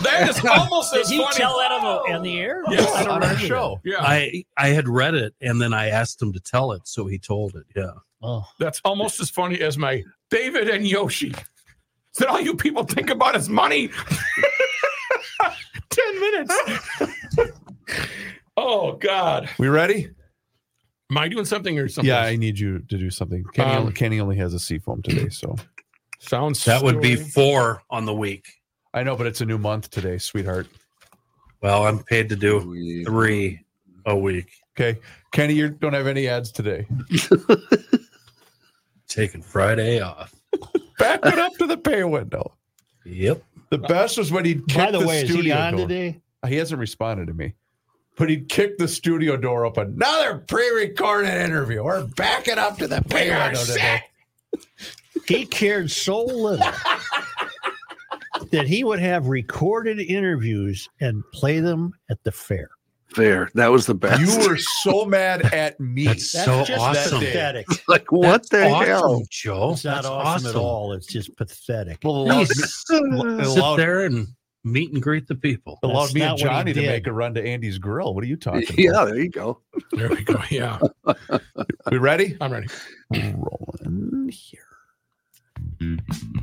that is almost Did as he funny. tell that on the, on the air? Yes. I don't on our remember show. yeah, I I had read it and then I asked him to tell it, so he told it. Yeah. that. Oh. that's almost as funny as my David and Yoshi. That all you people think about is money. Ten minutes. oh God, We ready? am I doing something or something? Yeah, I need you to do something. Kenny, Um, Kenny only has a seafoam today, so sounds That would be story. four on the week. I know, but it's a new month today, sweetheart. Well, I'm paid to do We- three a week. Okay, Kenny, you don't have any ads today. Taking Friday off. Back it up to the pay window. Yep. The best was when he'd kick By the, way, is studio he on door. today? He hasn't responded to me, but he'd kick the studio door open. Another pre-recorded interview. We're backing up to the pay window today. He cared so little that he would have recorded interviews and play them at the fair. There, that was the best. You were so mad at me. That's That's so just awesome. pathetic. like, what the awesome, hell? Joe. It's not That's awesome, at all. It's just pathetic. Well, it allowed, me, Please sit there and meet and greet the people. it allowed That's me not and what he Johnny to did. make a run to Andy's grill. What are you talking about? Yeah, there you go. There we go. Yeah, We ready? I'm ready. Rolling here.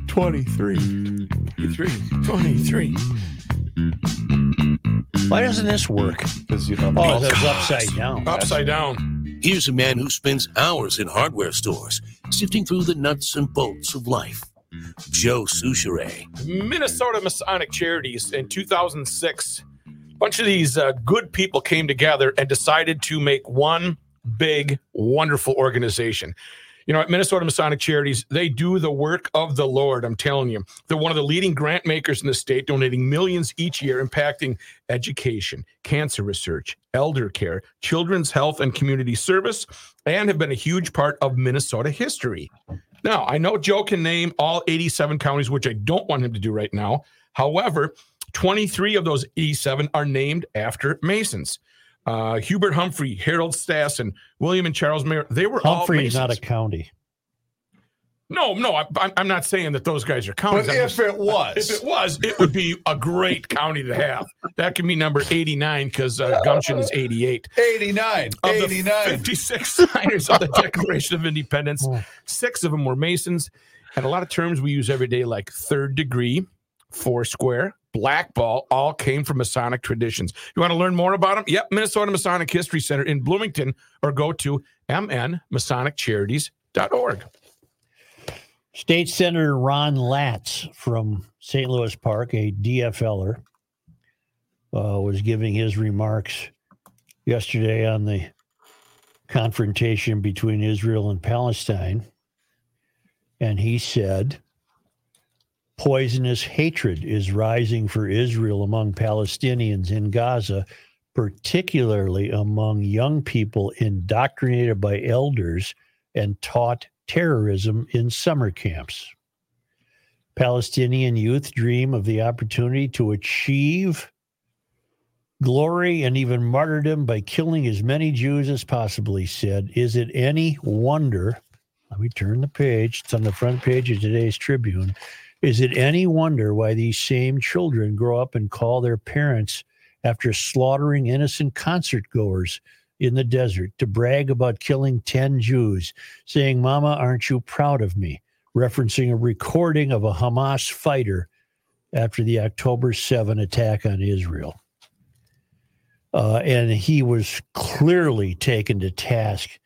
23, 23, 23. Why doesn't this work? Because you don't Oh, that's upside down. Upside down. Here's a man who spends hours in hardware stores sifting through the nuts and bolts of life. Joe Souchere. Minnesota Masonic Charities in 2006. A bunch of these uh, good people came together and decided to make one big, wonderful organization. You know, at Minnesota Masonic Charities, they do the work of the Lord. I'm telling you, they're one of the leading grant makers in the state, donating millions each year, impacting education, cancer research, elder care, children's health, and community service, and have been a huge part of Minnesota history. Now, I know Joe can name all 87 counties, which I don't want him to do right now. However, 23 of those 87 are named after Masons. Uh, Hubert Humphrey, Harold Stassen, William and Charles Mayer, they were all Humphrey is Masons. not a county. No, no, I, I'm- I'm not saying that those guys are counties. But I'm if it was. if it was, it would be a great county to have. That could be number 89 because uh, Gumption is 88. 89. Of the 89. 56 signers of the Declaration of Independence, Hmm. six of them were Masons. And a lot of terms we use every day, like third degree, foursquare, blackball, all came from Masonic traditions. You want to learn more about them? Yep, Minnesota Masonic History Center in Bloomington, or go to mnmasoniccharities.org. State Senator Ron Latz from St. Louis Park, a DFLer, er, uh, was giving his remarks yesterday on the confrontation between Israel and Palestine. And he said, Poisonous hatred is rising for Israel among Palestinians in Gaza, particularly among young people indoctrinated by elders and taught terrorism in summer camps. Palestinian youth dream of the opportunity to achieve glory and even martyrdom by killing as many Jews as possible, he said. Is it any wonder? Let me turn the page. It's on the front page of today's Tribune. Is it any wonder why these same children grow up and call their parents after slaughtering innocent concert goers in the desert to brag about killing 10 Jews, saying, Mama, aren't you proud of me? Referencing a recording of a Hamas fighter after the October 7 attack on Israel uh, and he was clearly taken to task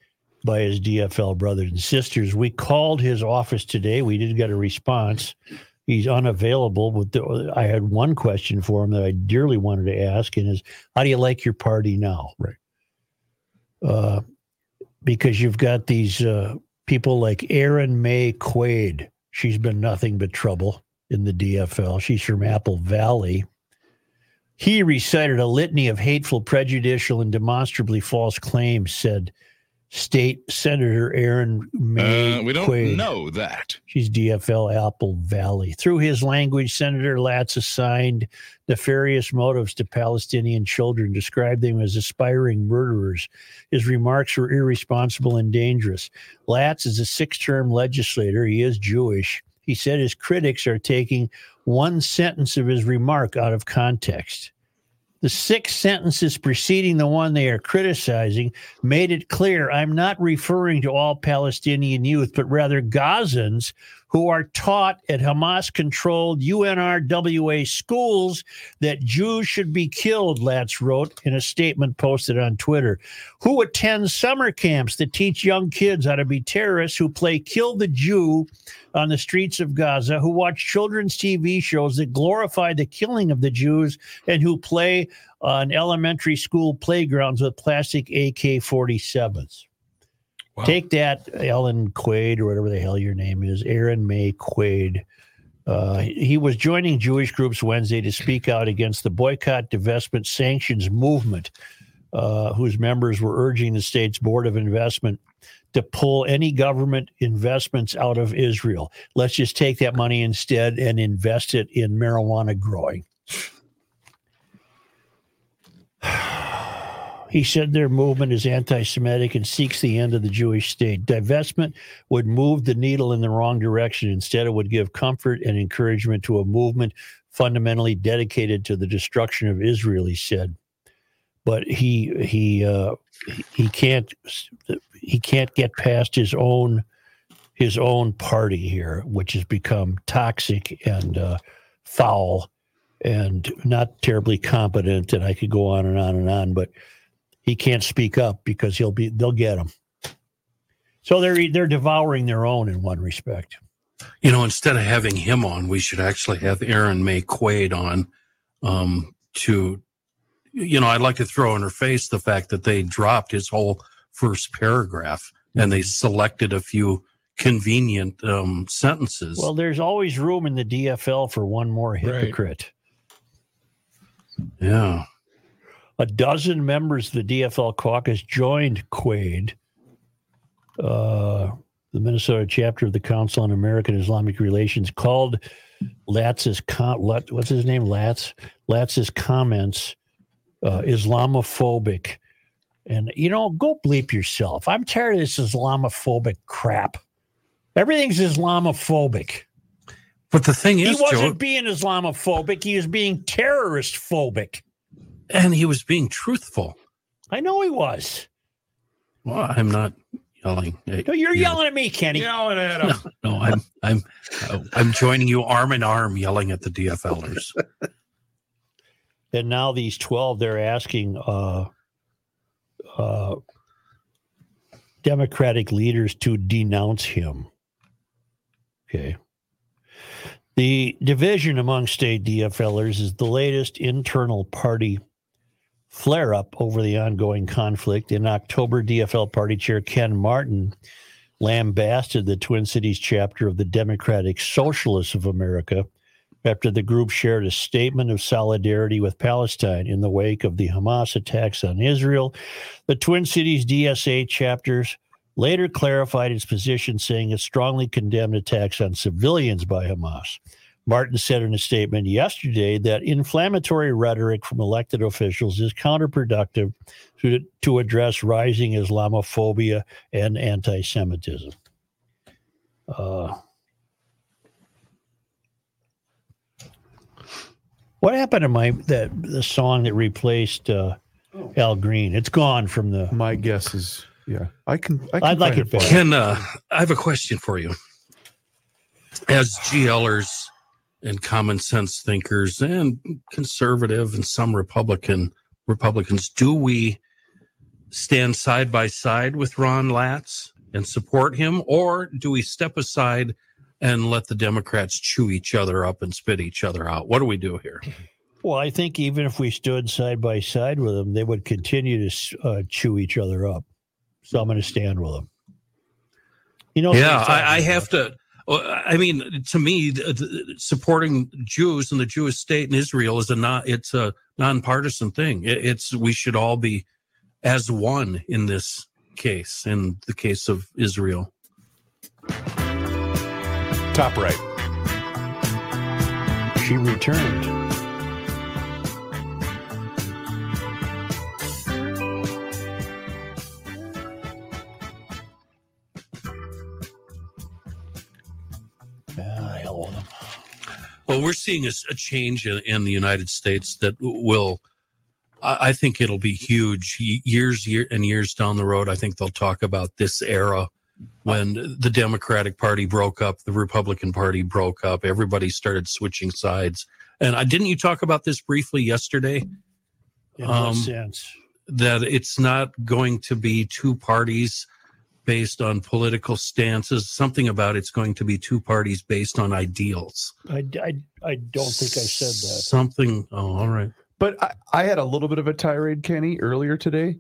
by his DFL brothers and sisters. We called his office today. We did get a response. He's unavailable. With the, I had one question for him that I dearly wanted to ask, and is how do you like your party now? Right. Uh, because you've got these uh, people like Erin May Quaid. She's been nothing but trouble in the DFL. She's from Apple Valley. He recited a litany of hateful, prejudicial, and demonstrably false claims, said State Senator Aaron May. Uh, we don't Quaid. know that. She's DFL Apple Valley. Through his language, Senator Latz assigned nefarious motives to Palestinian children, described them as aspiring murderers. His remarks were irresponsible and dangerous. Latz is a six term legislator. He is Jewish. He said his critics are taking one sentence of his remark out of context. The six sentences preceding the one they are criticizing made it clear I'm not referring to all Palestinian youth, but rather Gazans who are taught at Hamas controlled UNRWA schools that Jews should be killed, Latz wrote in a statement posted on Twitter. Who attend summer camps that teach young kids how to be terrorists, who play Kill the Jew on the streets of Gaza, who watch children's TV shows that glorify the killing of the Jews, and who play on elementary school playgrounds with plastic AK 47s. Take that, Ellen Quaid, or whatever the hell your name is, Aaron May Quaid. Uh, he was joining Jewish groups Wednesday to speak out against the boycott, divestment, sanctions movement, uh, whose members were urging the state's Board of Investment to pull any government investments out of Israel. Let's just take that money instead and invest it in marijuana growing. He said their movement is anti Semitic and seeks the end of the Jewish state. Divestment would move the needle in the wrong direction. Instead, it would give comfort and encouragement to a movement fundamentally dedicated to the destruction of Israel, he said. But he he uh, he- he can't he can't get past his own his own party here, which has become toxic and uh, foul and not terribly competent. And I could go on and on and on, but he can't speak up because he'll be they'll get him. So they're they're devouring their own in one respect. You know, instead of having him on, we should actually have Aaron May Quaid on um, to, you know, I'd like to throw in her face the fact that they dropped his whole first paragraph and they Mm-hmm. selected a few convenient um, sentences. Well, there's always room in the DFL for one more hypocrite. Yeah. A dozen members of the DFL caucus joined Quaid, uh, the Minnesota chapter of the Council on American Islamic Relations, called Latz's com- Lat- what's his name Latz Latz's comments uh, Islamophobic, and you know go bleep yourself. I'm tired of this Islamophobic crap. Everything's Islamophobic. But the thing is, he wasn't Joe, being Islamophobic. He was being terrorist phobic. and he was being truthful. I know he was. Well, I'm not yelling. at- No, you're you know, yelling at me, Kenny. Yelling at him. No, I'm I'm uh, I'm joining you arm in arm, yelling at the DFLers. And now these 12, they're asking uh, uh, Democratic leaders to denounce him. Okay. The division among state DFLers is the latest internal party flare up over the ongoing conflict. In October, DFL Party Chair Ken Martin lambasted the Twin Cities chapter of the Democratic Socialists of America after the group shared a statement of solidarity with Palestine in the wake of the Hamas attacks on Israel. The Twin Cities DSA chapters later clarified its position, saying it strongly condemned attacks on civilians by Hamas. Martin said in a statement yesterday that inflammatory rhetoric from elected officials is counterproductive to, to address rising Islamophobia and anti Semitism. Uh, What happened to my that the song that replaced uh, Oh. Al Green? It's gone from the. My guess is yeah. I can. I can I'd like find it for you. back. Ken, uh, I have a question for you. As GLers and common sense thinkers and conservative and some Republican Republicans, do we stand side by side with Ron Latz and support him, or do we step aside and let the Democrats chew each other up and spit each other out? What do we do here? Well, I think even if we stood side by side with them, they would continue to uh, chew each other up. So I'm going to stand with them. You know. yeah, sometimes- I, I have to. well, I mean, to me, th- th- supporting Jews and the Jewish state in Israel is a not. It's a nonpartisan thing. It, it's we should all be as one in this case. In the case of Israel, Top right. She returned. Ah, hell with 'em. well, we're seeing a, s- a change in, in the United States that w- will. I I think it'll be huge Y- years year, and years down the road. I think they'll talk about this era when the Democratic Party broke up, the Republican Party broke up, everybody started switching sides. And I didn't you talk about this briefly yesterday? In what Um, sense? that it's not going to be two parties based on political stances, something about it's going to be two parties based on ideals. I, I, I don't think I said that. Something. Oh, all right. But I, I had a little bit of a tirade, Kenny, earlier today.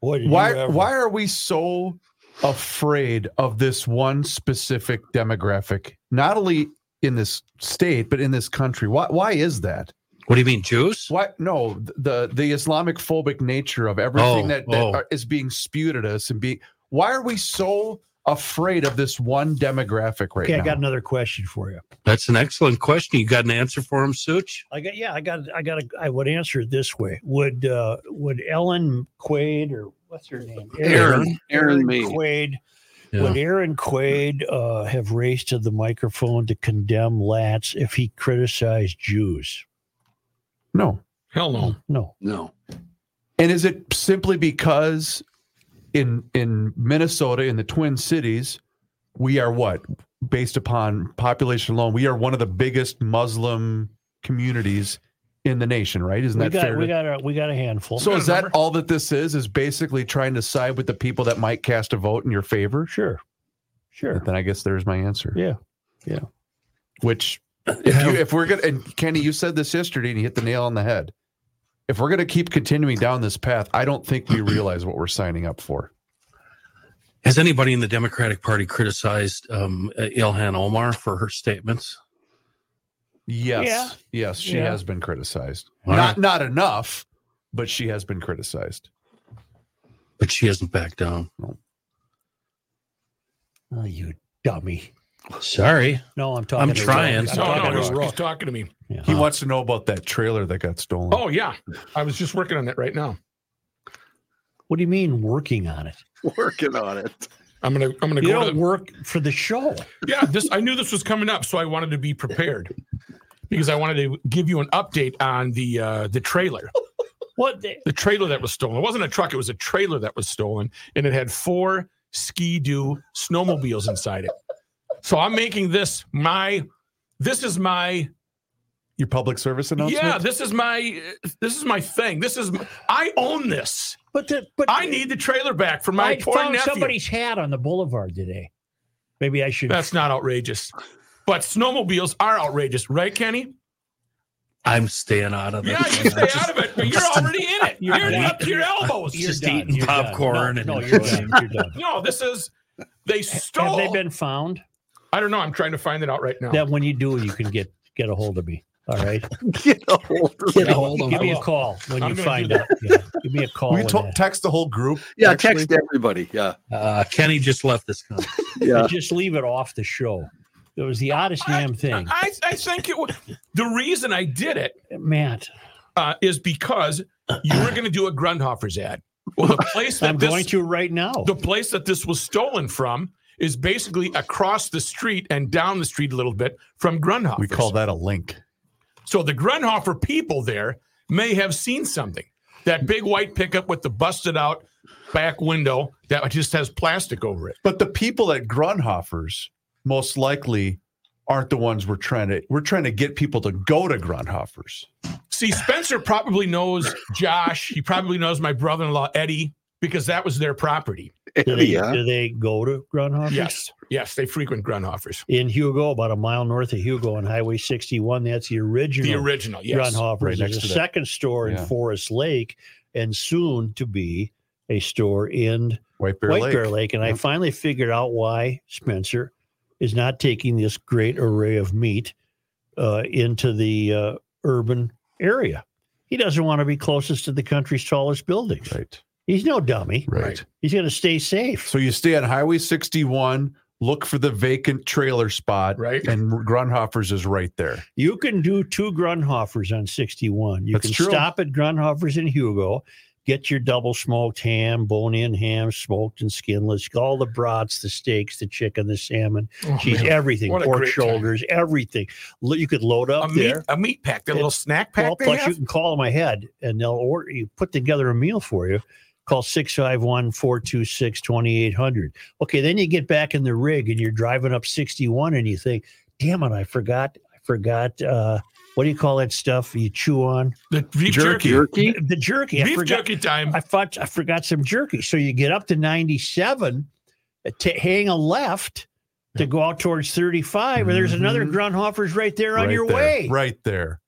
Boy, did you Why ever. why are we so afraid of this one specific demographic? Not only in this state, but in this country. Why why is that? What do you mean, Jews? Why no, the the Islamic phobic nature of everything Oh, that, that oh. are- is being spewed at us and be why are we so afraid of this one demographic right Okay, now? I got another question for you. That's an excellent question. You got an answer for him, Such? I got yeah, I got I got a, I would answer it this way. Would uh would Ellen Quaid or what's her name? Erin. Erin Meade. Quaid. Yeah. Would Aaron Quaid uh, have raced to the microphone to condemn Latz if he criticized Jews? no. Hell no. No. No. And is it simply because in in Minnesota in the Twin Cities we are what based upon population alone we are one of the biggest muslim communities in the nation right isn't we that got fair we to- got a, we got a handful. so is that all that this is is basically trying to side with the people that might cast a vote in your favor sure sure then i guess there's my answer yeah yeah which if, you, if we're gonna and kenny you said this yesterday and you hit the nail on the head if we're gonna keep continuing down this path i don't think we realize what we're signing up for Has anybody in the Democratic Party criticized um, uh, Ilhan Omar for her statements? Yes. Yeah. Yes, she Yeah. has been criticized. All Not not enough, but she has been criticized. But she hasn't backed down. Oh, you dummy. Sorry. No, I'm talking. I'm to Roy. trying. I'm No, talking no, to he's, Roy. he's talking to me. He wants to know about that trailer that got stolen. Oh yeah, I was just working on that right now. What do you mean working on it? Working on it. I'm gonna. I'm gonna You go. To don't work for the show. yeah, this. I knew this was coming up, so I wanted to be prepared because I wanted to give you an update on the uh, the trailer. What? The, the trailer that was stolen. It wasn't a truck. It was a trailer that was stolen, and it had four ski doo snowmobiles inside it. So I'm making this my. This is my Your public service announcement? yeah. This is my this is my thing. This is I own this. But the, but I need the trailer back for my I poor found nephew. somebody's hat on the boulevard today. Maybe I should. That's not outrageous. But snowmobiles are outrageous, right, Kenny? I'm staying out of it. Yeah, you stay out of it, but you're already in it. You're, You're done. up to your elbows. You're Just done. eating You're done. popcorn No, and- no, you're done. You're done. No, this is they Have stole. they been found? I don't know. I'm trying to find it out right now. Then when you do, you can get get a hold of me. All right. Get a hold of Get me. a hold of me. Give me a call when I'm you gonna find do out. Yeah. Give me a call. uh, We when to- that- text the whole group. Yeah, actually? text everybody. Yeah, Uh, Kenny just left this comment. yeah. and just leave it off the show. It was the oddest damn thing, I, I think it was the reason I did it Matt. uh, is because you were going to do a Grundhofer's ad. Well, the place that I'm this, going to right now. the place that this was stolen from is basically across the street and down the street a little bit from Grundhofer's. We call that a link. So the Grunhofer people there may have seen something. That big white pickup with the busted out back window that just has plastic over it. But the people at Grunhofer's most likely aren't the ones we're trying to we're trying to get people to go to Grunhofer's. See, Spencer probably knows Josh. He probably knows my brother in law, Eddie, because that was their property. do, they, Yeah. do they go to Grunhofer? Yes. Yes. They frequent Grunhofer's. In Hugo, about a mile north of Hugo on Highway 61, that's the original. The original. Yes. Grunhofer's. Right next There's to a that. second store in Yeah. Forest Lake, and soon to be a store in White Bear White Lake. Bear Lake. And I Yeah. finally figured out why Spencer is not taking this great array of meat uh, into the uh, urban area. He doesn't want to be closest to the country's tallest buildings. Right. He's no dummy. Right. He's going to stay safe. So you stay on Highway 61, look for the vacant trailer spot, Right. and Grunhofer's is right there. You can do two Grunhofers on 61. You That's can true. stop at Grunhofers in Hugo, get your double smoked ham, bone in ham, smoked and skinless, all the brats, the steaks, the chicken, the salmon, Oh, cheese, man. everything, What a pork great time. shoulders, everything. Lo- You could load A up meat, there. a meat pack, that little snack pack Well, they plus, have? you can call them ahead and they'll order you put together a meal for you. Call 651 426 2800. Okay, then you get back in the rig and you're driving up 61 and you think, damn it, I forgot, I forgot, uh, what do you call that stuff you chew on? the beef jerky. Jerky. The jerky. I Beef forgot, jerky time. I, thought, I forgot some jerky. So you get up to 97, uh, ta hang a left to go out towards 35, and there's another Mhm. Grunhofer's right there on Right your there. way. Right there.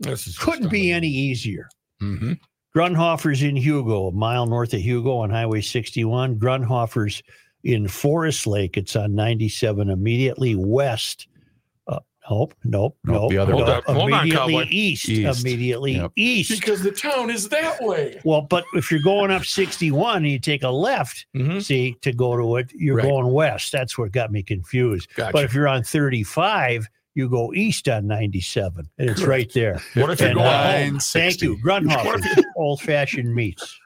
This is just Mm-hmm. Couldn't be any easier. unbelievable. Grunhofer's in Hugo, a mile north of Hugo on Highway 61. Grunhofer's in Forest Lake. It's on 97, immediately west. Uh, nope, nope, Nope, nope. the other nope. way. Hold on, hold on, immediately cowboy. east, East. Immediately Yep. Mhm. east. Because the town is that way. Well, but if you're going up 61 and you take a left, Mhm. see, to go to it, you're Right. going west. That's what got me confused. Gotcha. But if you're on 35, you go east on 97, and it's right there. what if you're And, going uh, home? Thank you. Grunhofer, old fashioned meats.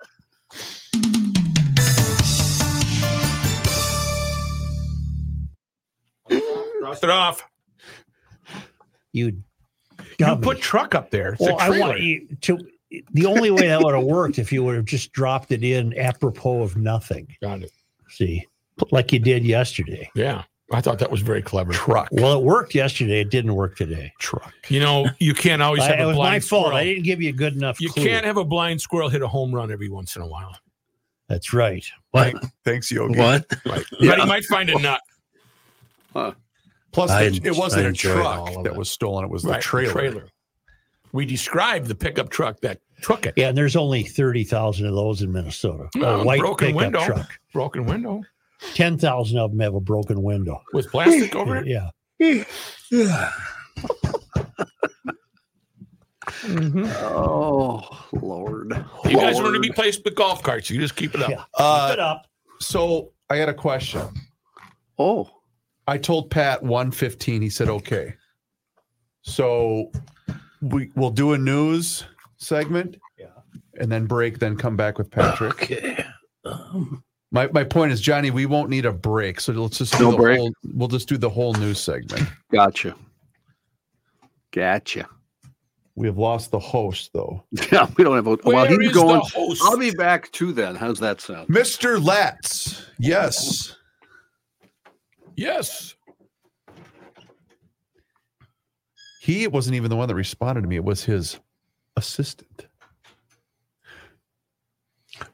Cross it off. You You dummy. put truck up there. It's a well, I trailer. want you to. The only way that would have worked if you would have just dropped it in apropos of nothing. Got it. See, like you did yesterday. Yeah. I thought that was very clever. Truck. Well, it worked yesterday. It didn't work today. Truck. You know, you can't always have I- it a was blind my fault. squirrel. I didn't give you a good enough. You clue. can't have a blind squirrel hit a home run every once in a while. That's right. What? Thanks, Yogi. What? Right. But Yeah. he might find a nut. Plus, I the, en- it I wasn't a enjoyed all truck of that it. was stolen; it was Right, the trailer. We described the pickup truck that truck it. Yeah, and there's only thirty thousand of those in Minnesota. Well, a white broken pickup window. truck. Broken window Ten thousand of them have a broken window. with plastic over it. Yeah. Mm-hmm. Oh, Lord. You guys want to Lord. be placed with golf carts. You just keep it up. Yeah. Uh, Put up. So I had a question. Oh, I told Pat one fifteen. He said okay. So we we'll do a news segment, Yeah. and then break, then come back with Patrick. Okay. Um, My my point is, Johnny, we won't need a break, so let's just do No the break. Whole, we'll just do the whole news segment. gotcha. Gotcha. We have lost the host, though. Yeah, we don't have a. While Where he's is going, the host? I'll be back too. Then, how's that sound? Mr. Latz. Yes. Yes. He wasn't even the one that responded to me. It was his assistant.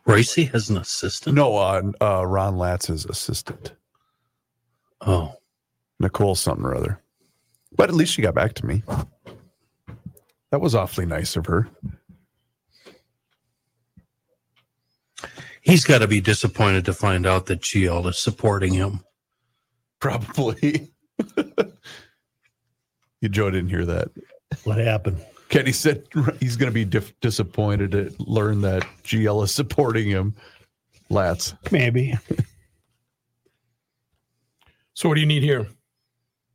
Roycey has an assistant. No, uh, uh, Ron Latz's assistant, Oh, Nicole something or other. But at least she got back to me. That was awfully nice of her. he's got to be disappointed to find out that GL is supporting him. Probably. You Joe didn't hear that. What happened? Kenny said he's going to be dif- disappointed to learn that GL is supporting him. Lats. Maybe. So what do you need here?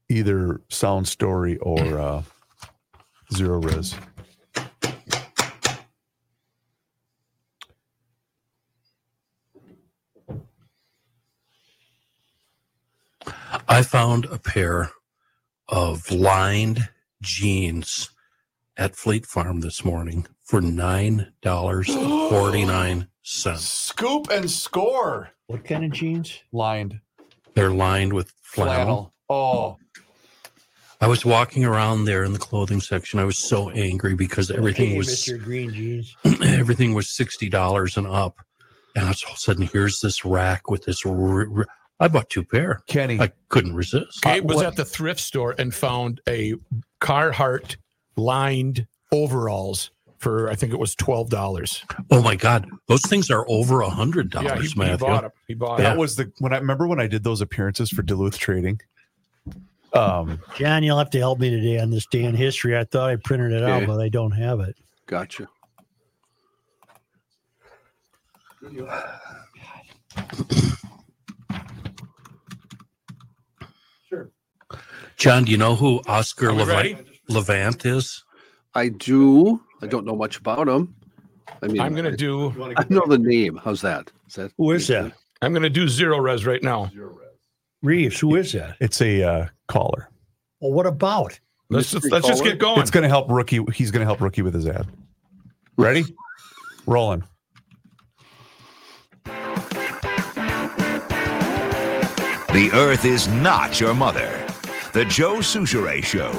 either sound story or uh, zero res. I found a pair of lined jeans at Fleet Farm this morning for nine dollars forty nine cents. Scoop and score What kind of jeans? lined They're lined with flannel. flannel. Oh, I was walking around there in the clothing section. I was so angry because everything Hey, was Mr. Green Jeans. everything was sixty dollars and up. And all of a sudden, here's this rack with this. r- r- I bought two pair. Kenny. I couldn't resist. Gabe was what- at the thrift store and found a Carhartt lined overalls for I think it was twelve dollars. Oh my God, those things are over a hundred Yeah, he, dollars, he bought Matthew. them. He bought that them. was the when I remember when I did those appearances for Duluth Trading. Um, John, you'll have to help me today on this day in history. I thought I printed it out, Okay. but I don't have it. Gotcha. John, do you know who Oscar Are we Levant, ready? Levant is? I do. I don't know much about him. I mean, I'm gonna I- do I know the name. How's that? Is that Who is that? I'm gonna do zero res right now. Reeves, who is that? it's a uh, caller. Well, what about? Let's Mystery just, let's just caller? get going. It's going to help rookie. He's going to help rookie with his ad. Ready? Rolling. The Earth is not your mother. The Joe Souchere Show.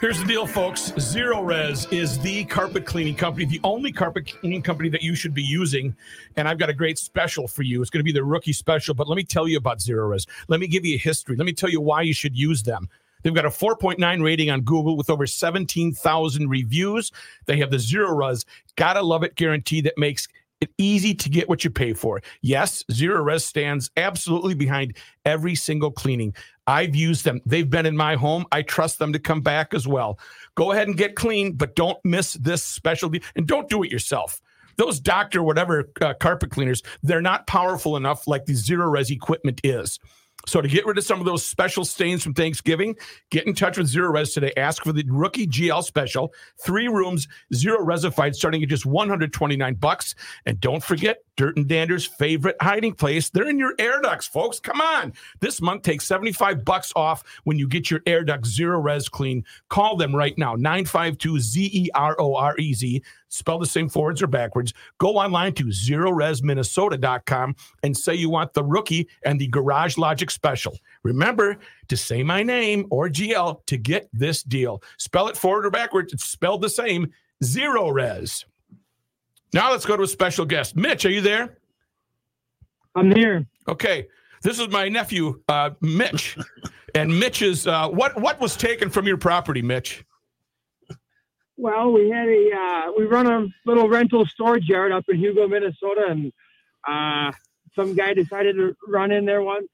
Here's the deal, folks. Zero Res is the carpet cleaning company, the only carpet cleaning company that you should be using. And I've got a great special for you. It's going to be the rookie special, but let me tell you about Zero Res. Let me give you a history. Let me tell you why you should use them. They've got a 4.9 rating on Google with over 17,000 reviews. They have the Zero Res Gotta Love It guarantee that makes it easy to get what you pay for. Yes, Zero Res stands absolutely behind every single cleaning. I've used them. They've been in my home. I trust them to come back as well. Go ahead and get clean, but don't miss this specialty and don't do it yourself. Those doctor, whatever uh, carpet cleaners, they're not powerful enough like the zero res equipment is. So to get rid of some of those special stains from Thanksgiving, get in touch with Zero Res today. Ask for the rookie GL special, three rooms, zero resified, starting at just 129 bucks. And don't forget Dirt and Dander's favorite hiding place. They're in your air ducts, folks. Come on. This month takes 75 bucks off when you get your air duct zero res clean. Call them right now, 952 Z E R O R E Z. Spell the same forwards or backwards. Go online to zeroresminnesota.com and say you want the rookie and the Garage Logic special. Remember to say my name or GL to get this deal. Spell it forward or backwards. It's spelled the same, zero res. Now let's go to a special guest. Mitch, are you there? I'm here. Okay. This is my nephew, uh, Mitch. and Mitch's uh, what what was taken from your property, Mitch? Well, we had a uh, we run a little rental storage yard up in Hugo, Minnesota, and uh, some guy decided to run in there one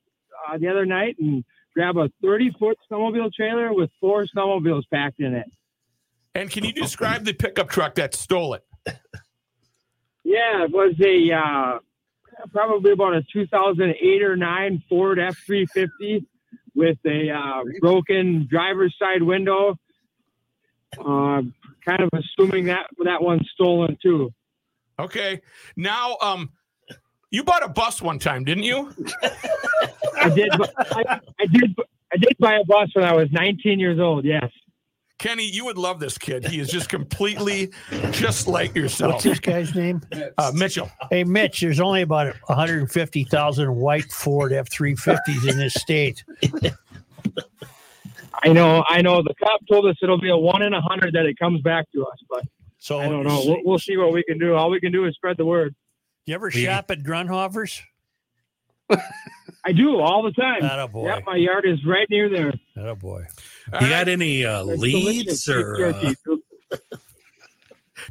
uh, the other night and grab a 30 foot snowmobile trailer with four snowmobiles packed in it. And can you describe the pickup truck that stole it? Yeah, it was a uh, probably about a 2008 or 9 Ford F350 with a uh, broken driver's side window. Uh, kind of assuming that that one's stolen too. Okay. Now um you bought a bus one time, didn't you? I did, bu- I, I did, bu- I did buy a bus when I was 19 years old. Yes. Kenny, you would love this kid. He is just completely just like What's yourself. this guy's name? Uh, Mitchell. Hey, Mitch, there's only about 150,000 white Ford F 350s in this state. I know, I know. The cop told us it'll be a one in a hundred that it comes back to us, but so I don't know. We'll, we'll see what we can do. All we can do is spread the word. You ever shop at Grunhofer's? I do all the time. Attaboy. Yep, my yard is right near there. Oh, boy. You got any uh, leads or uh,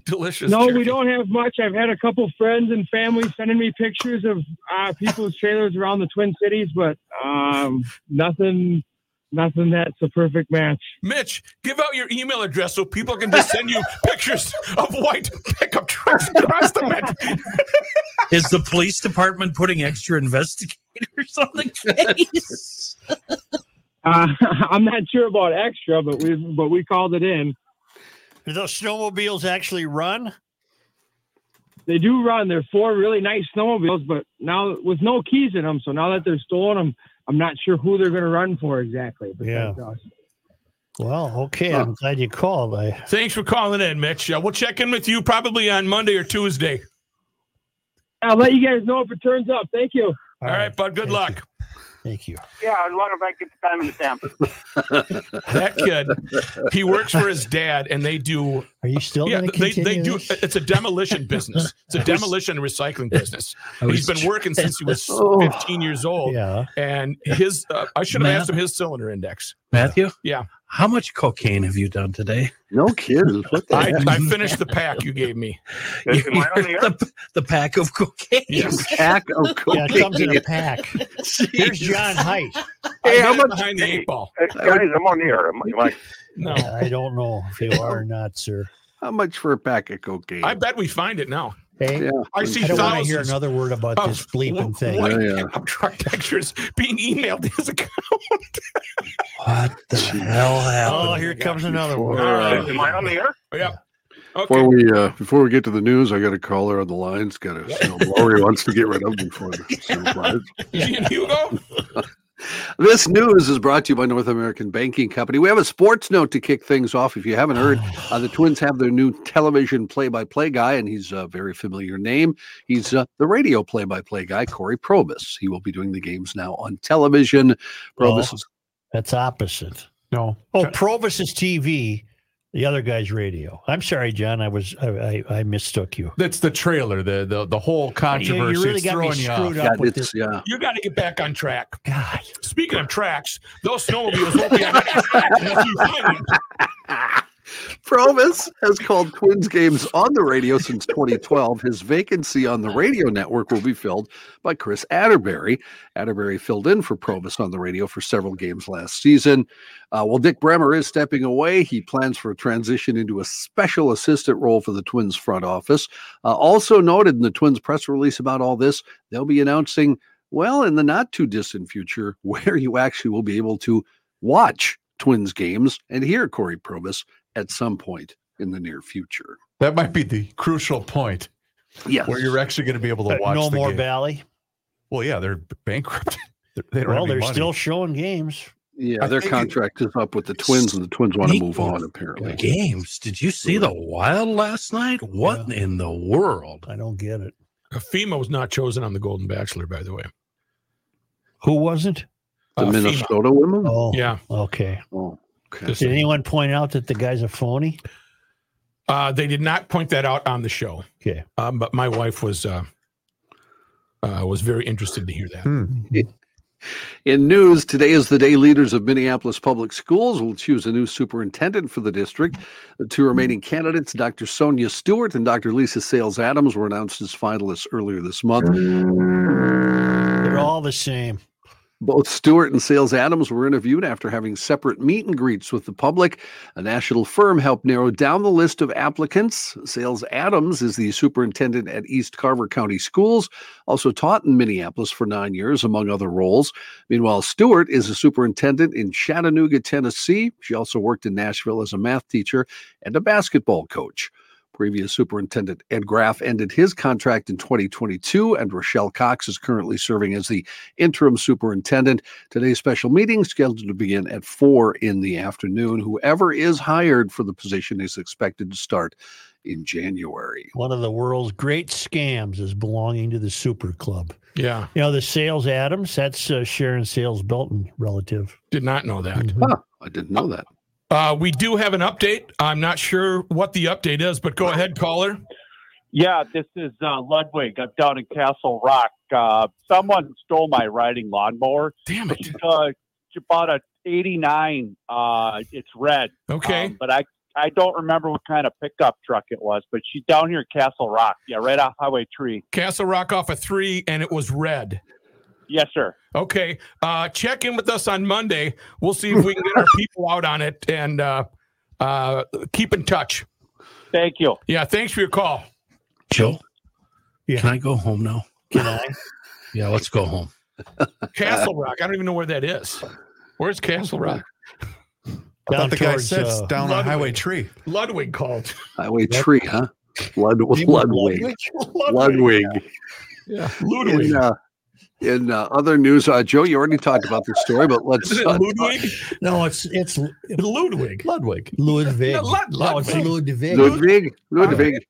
delicious? No, we don't have much. I've had a couple friends and family sending me pictures of uh, people's trailers around the Twin Cities, but um, nothing, nothing that's a perfect match. Mitch, give out your email address so people can just send you pictures of white pickup trucks across the country. is the police department putting extra investigators on the case? Uh, I'm not sure about extra, but we but we called it in. Do those snowmobiles actually run? They do run. They're four really nice snowmobiles, but now with no keys in them. So now that they're stolen, I'm I'm not sure who they're going to run for exactly. Yeah. besides us. Well, okay. I'm glad you called. I, Thanks for calling in, Mitch. Uh, we'll check in with you probably on Monday or Tuesday. I'll let you guys know if it turns up. Thank you. All right, bud. Good luck. Thank you. Yeah, as long as I get the time stamp. That kid, he works for his dad, and they do. Are you still Yeah, going to they, continue they do. this? It's a demolition business. It's a demolition and recycling business. I was He's been working since he was Oh. 15 years old. Yeah. And his, uh, I should have Matt? asked him his cylinder index. Matthew? Yeah. How much cocaine have you done today? No kidding. What I, I finished the pack you gave me. the, the pack of cocaine. Yes. Pack of Yeah, it comes in a pack. Here's John Height. Hey, I'm behind the eight ball. Guys, I'm on the air. Am I- am I- No. I don't know if you are or not, sir. How much for a pack of cocaine? I bet we find it now. Hey, I see I don't want to thousands hear another word about of this bleeping thing. white pickup truck pictures being emailed to his account. What the hell happened? Oh, here comes another Before, one. uh, am I on the air? Yeah. Before we uh, before we get to the news, I got a caller on the line's got a snowblower he wants to get rid of before the snowblower. Hugo? This news is brought to you by North American Banking Company. We have a sports note to kick things off. If you haven't heard, uh, the Twins have their new television play-by-play guy, and he's a very familiar name. He's uh, the radio play-by-play guy, Corey Probus. He will be doing the games now on television. Probus Oh. is That's opposite. No. Oh, Provis is TV. The other guy's radio. I'm sorry, John. I was I I, I mistook you. That's the trailer, the the, the whole controversy. really It's got me throwing you screwed off. up Yeah, with it's- yeah. You got to get back on track. God. Speaking of tracks, those snowmobiles won't be on the next track unless you find them. Provis has called Twins games on the radio since 2012. His vacancy on the radio network will be filled by Chris Atterbury. Atterbury filled in for Provis on the radio for several games last season. Uh, while Dick Bremer is stepping away, he plans for a transition into a special assistant role for the Twins front office. Uh, also noted in the Twins press release about all this, they'll be announcing well, in the not too distant future, where you actually will be able to watch Twins games and hear Corey Probus at some point in the near future. That might be the crucial point. Yes. Where you're actually going to be able to But watch no the more game. Valley. Well, yeah, they're bankrupt. They're, they do not have Well, any they're money. still showing games. Yeah, I their think it- contract is up with the Twins, and the Twins want to move on, apparently. Games. Did you see the Wild last night? What in the world? I don't get it. FEMA was not chosen on the Golden Bachelor, by the way. Who wasn't? The Uh, FEMA. Minnesota women? Oh, Yeah. Okay. Oh, okay. Did anyone point out that the guy's a phony? Uh, they did not point that out on the show. Okay. Um, but my wife was uh, uh, was very interested to hear that. Hmm. In news, today is the day leaders of Minneapolis Public Schools will choose a new superintendent for the district. The two remaining candidates, Dr. Sonia Stewart and Dr. Lisa Sales Adams, were announced as finalists earlier this month. They're all the same. Both Stewart and Sales Adams were interviewed after having separate meet and greets with the public. A national firm helped narrow down the list of applicants. Sales Adams is the superintendent at East Carver County Schools, also taught in Minneapolis for nine years, among other roles. Meanwhile, Stewart is a superintendent in Chattanooga, Tennessee. She also worked in Nashville as a math teacher and a basketball coach. Previous Superintendent Ed Graff ended his contract in 2022, and Rochelle Cox is currently serving as the interim superintendent. Today's special meeting scheduled to begin at 4 in the afternoon. Whoever is hired for the position is expected to start in January. One of the world's great scams is belonging to the super club. Yeah. You know, the Sales Adams, that's uh, Sharon Sales Belton relative. Mm-hmm. Did not know that. I didn't know that. Uh, we do have an update. I'm not sure what the update is, but go ahead, caller. Yeah, this is uh, Ludwig. I'm down in Castle Rock. Uh, someone stole my riding lawnmower. Damn it! It's, uh, it's about a '89. Uh, it's red. Okay. Um, but I I don't remember what kind of pickup truck it was. But she's down here in Castle Rock. Yeah, right off Highway Three. Castle Rock off a three, and it was red. Yes, sir. Okay. Uh, check in with us on Monday. We'll see if we can get our people out on it and uh, uh, keep in touch. Thank you. Yeah. Thanks for your call. Joe, can I go home now? Can I? Yeah, let's go home. Castle Rock. I don't even know where that is. Where's Castle Rock? I thought the guy said uh, it's down on Highway Tree. Ludwig called. Highway Tree, huh? Lud- Name was Ludwig. Ludwig. Ludwig. Yeah. In, uh, in uh, other news, uh, Joe, you already talked about this story, but let's. Uh, No, it's it's Ludwig. Ludwig. Ludwig. No, Lud- No, it's Ludwig. Ludwig. Ludwig.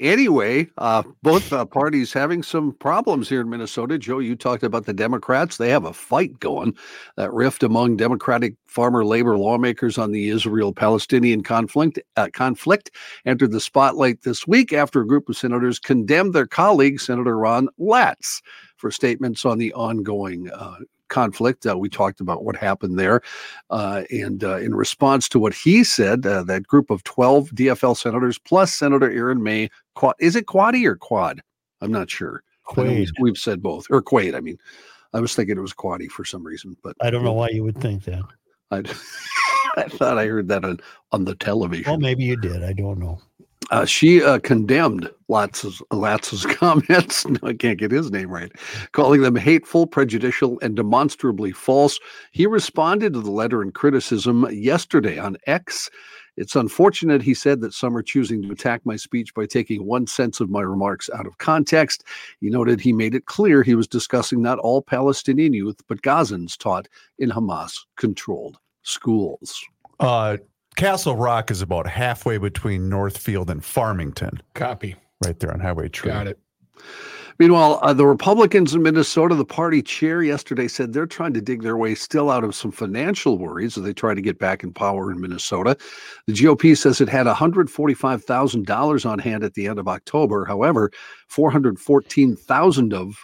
Anyway, uh, both uh, parties having some problems here in Minnesota. Joe, you talked about the Democrats. They have a fight going, that rift among Democratic farmer labor lawmakers on the Israel-Palestinian conflict. Uh, conflict entered the spotlight this week after a group of senators condemned their colleague, Senator Ron Latz, for statements on the ongoing uh, conflict. Uh, we talked about what happened there. Uh, and uh, in response to what he said, uh, that group of 12 DFL senators plus Senator Aaron May, Qua is it Quaddy or Quad? I'm not sure. I know We've, Quaid. we've said both, or Quaid, I mean. I was thinking it was Quaddy for some reason, but I don't know why you would think that. I, I thought I heard that on, on the television. Well, maybe you did. I don't know. Uh, she uh, condemned Latz's, Latz's comments. No, I can't get his name right, calling them hateful, prejudicial, and demonstrably false. He responded to the letter and criticism yesterday on X. It's unfortunate, he said, that some are choosing to attack my speech by taking one sense of my remarks out of context. He noted he made it clear he was discussing not all Palestinian youth, but Gazans taught in Hamas controlled schools. Uh, Castle Rock is about halfway between Northfield and Farmington, Copy. right there on Highway Tree. Got it. Meanwhile, uh, the Republicans in Minnesota, the party chair yesterday said they're trying to dig their way still out of some financial worries as they try to get back in power in Minnesota. The GOP says it had $145,000 on hand at the end of October. However, 414,000 of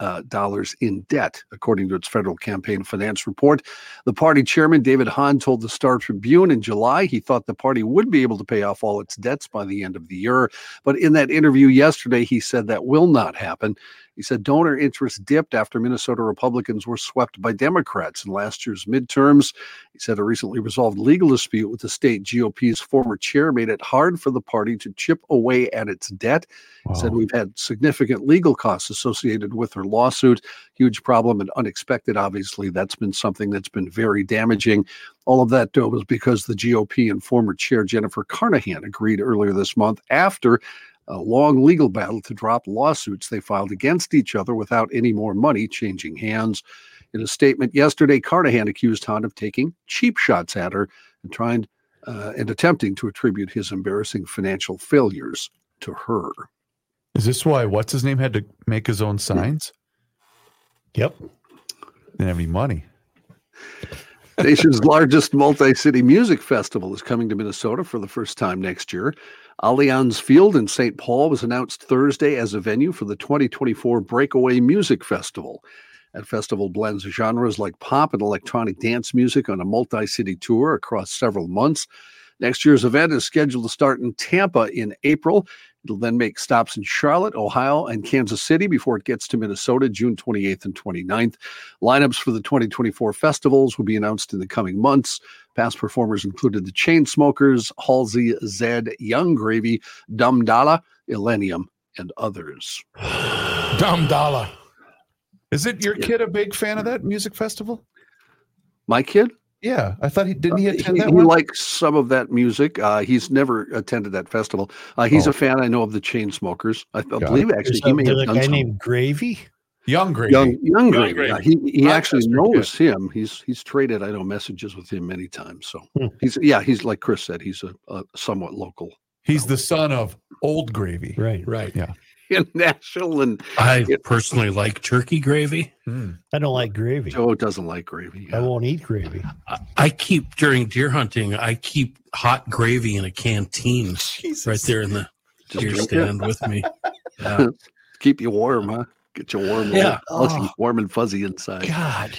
uh, dollars in debt, according to its federal campaign finance report. The party chairman, David Hahn, told the Star Tribune in July he thought the party would be able to pay off all its debts by the end of the year. But in that interview yesterday, he said that will not happen. He said donor interest dipped after Minnesota Republicans were swept by Democrats in last year's midterms. He said a recently resolved legal dispute with the state GOP's former chair made it hard for the party to chip away at its debt. He said we've had significant legal costs associated with our lawsuit. Huge problem and unexpected, obviously. That's been something that's been very damaging. All of that, though, was because the GOP and former chair Jennifer Carnahan agreed earlier this month after a long legal battle to drop lawsuits they filed against each other without any more money changing hands. In a statement yesterday, Carnahan accused Hunt of taking cheap shots at her and trying uh, and attempting to attribute his embarrassing financial failures to her. Is this why what's his name had to make his own signs? Yep. Didn't have any money. Nation's largest multi city music festival is coming to Minnesota for the first time next year. Allianz Field in St. Paul was announced Thursday as a venue for the 2024 Breakaway Music Festival. That festival blends genres like pop and electronic dance music on a multi city tour across several months. Next year's event is scheduled to start in Tampa in April. It'll then make stops in Charlotte, Ohio, and Kansas City before it gets to Minnesota June 28th and 29th. Lineups for the 2024 festivals will be announced in the coming months. Past performers included the Chainsmokers, Halsey, Zed, Young Gravy, Dumb Dala, Illenium, and others. Dumb Dala. Is it your kid a big fan of that music festival? My kid? Yeah, I thought he didn't he Uh, attend that he one. likes some of that music. Uh, he's never attended that festival. Uh, he's Oh. a fan, I know, of the Chainsmokers. I, I it. believe There's actually he a- may there's have a done guy some. named Gravy. Young Gravy. Young, young, Gravy. Gravy. yeah, he he actually Rochester knows him. He's he's traded. I know messages with him many times. So he's yeah he's like Chris said he's a, a somewhat local He's the son of Old Gravy. Right. Right. Yeah. in Nashville and I personally like turkey gravy. Hmm. I don't like gravy. Joe doesn't like gravy. I won't eat gravy. I keep during deer hunting, I keep hot gravy in a canteen right there in the Just deer drink stand it. with me. Yeah. Keep you warm, huh? Get you warm. Yeah. warm, Oh. warm and fuzzy inside. God.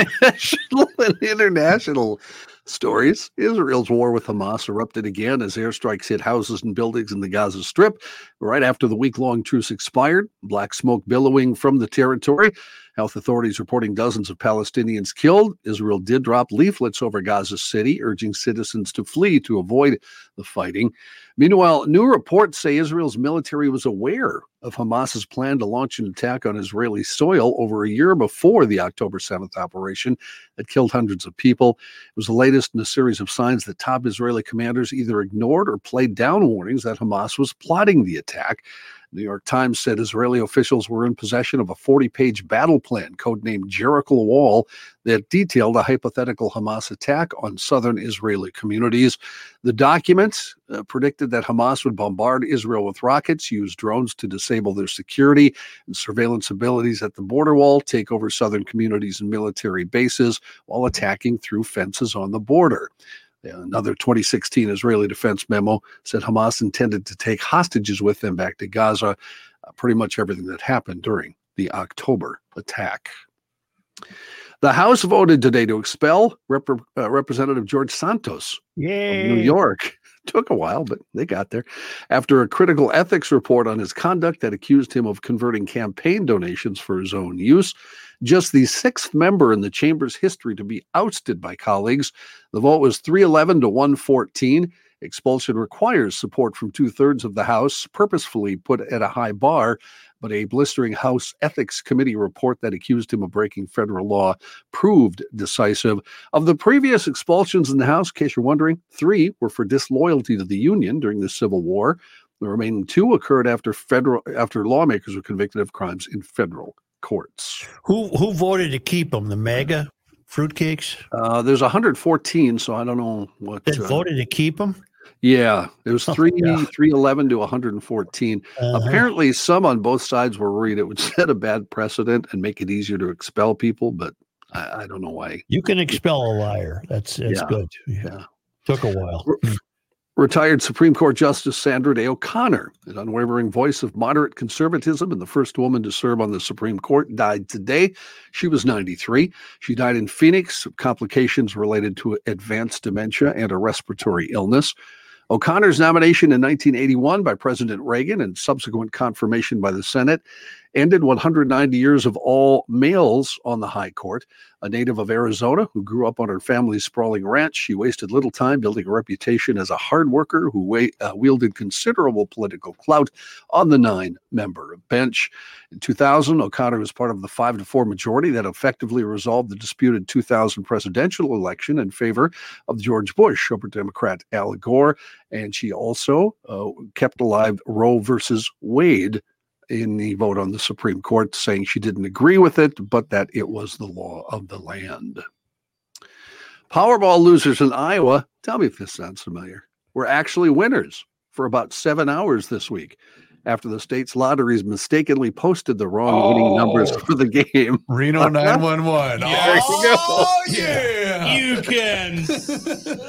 National and international stories. Israel's war with Hamas erupted again as airstrikes hit houses and buildings in the Gaza Strip right after the week long truce expired. Black smoke billowing from the territory. Health authorities reporting dozens of Palestinians killed. Israel did drop leaflets over Gaza City, urging citizens to flee to avoid the fighting. Meanwhile, new reports say Israel's military was aware of Hamas's plan to launch an attack on Israeli soil over a year before the October 7th operation that killed hundreds of people. It was the latest in a series of signs that top Israeli commanders either ignored or played down warnings that Hamas was plotting the attack. New York Times said Israeli officials were in possession of a 40 page battle plan, codenamed Jericho Wall, that detailed a hypothetical Hamas attack on southern Israeli communities. The document uh, predicted that Hamas would bombard Israel with rockets, use drones to disable their security and surveillance abilities at the border wall, take over southern communities and military bases while attacking through fences on the border. Another 2016 Israeli defense memo said Hamas intended to take hostages with them back to Gaza, uh, pretty much everything that happened during the October attack. The House voted today to expel Rep- uh, Representative George Santos of Yay. New York. Took a while, but they got there. After a critical ethics report on his conduct that accused him of converting campaign donations for his own use, just the sixth member in the chamber's history to be ousted by colleagues. The vote was 311 to 114. Expulsion requires support from two thirds of the House, purposefully put at a high bar. But a blistering House Ethics Committee report that accused him of breaking federal law proved decisive. Of the previous expulsions in the House, in case you're wondering, three were for disloyalty to the Union during the Civil War. The remaining two occurred after federal after lawmakers were convicted of crimes in federal courts. Who who voted to keep him? The MAGA fruitcakes Uh, there's 114, so I don't know what. that uh, voted to keep him? Yeah, it was Oh, three yeah. 311 to 114. Uh-huh. Apparently, some on both sides were worried it would set a bad precedent and make it easier to expel people, but I, I don't know why. You can expel a liar. That's that's Yeah. good. Yeah. Took a while. Retired Supreme Court Justice Sandra Day O'Connor, an unwavering voice of moderate conservatism and the first woman to serve on the Supreme Court, died today. She was 93. She died in Phoenix of complications related to advanced dementia and a respiratory illness. O'Connor's nomination in 1981 by President Reagan and subsequent confirmation by the Senate ended 190 years of all males on the High Court. A native of Arizona who grew up on her family's sprawling ranch, she wasted little time building a reputation as a hard worker who wa- uh, wielded considerable political clout on the nine member bench. In 2000, O'Connor was part of the 5 to 4 majority that effectively resolved the disputed 2000 presidential election in favor of George Bush over Democrat Al Gore. And she also uh, kept alive Roe versus Wade in the vote on the Supreme Court, saying she didn't agree with it, but that it was the law of the land. Powerball losers in Iowa, tell me if this sounds familiar, were actually winners for about seven hours this week after the state's lotteries mistakenly posted the wrong winning numbers for the game. Reno 911. There you Oh, go. yeah. You can.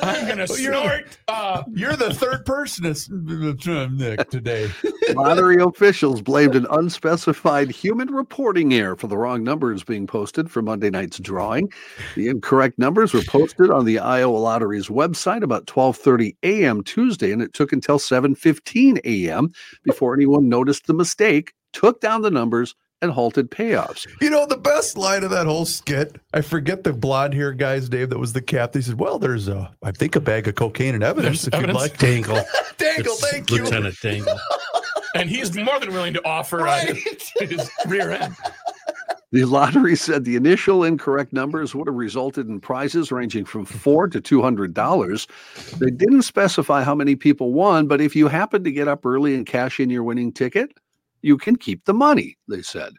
I'm going to snort. Uh, you're the third person to s- Nick today. Lottery officials blamed an unspecified human reporting error for the wrong numbers being posted for Monday night's drawing. The incorrect numbers were posted on the Iowa Lottery's website about 12:30 a.m. Tuesday, and it took until 7:15 a.m. before anyone noticed the mistake, took down the numbers, and halted payoffs. You know, the best line of that whole skit, I forget the blonde hair guy's name that was the captain. He said, Well, there's, uh, I think, a bag of cocaine and evidence if you'd like. Dangle. Dangle, It's thank you. Lieutenant Dangle. And he's more than willing to offer uh, his rear end. The lottery said the initial incorrect numbers would have resulted in prizes ranging from four to two hundred dollars. They didn't specify how many people won, but if you happen to get up early and cash in your winning ticket, you can keep the money. They said.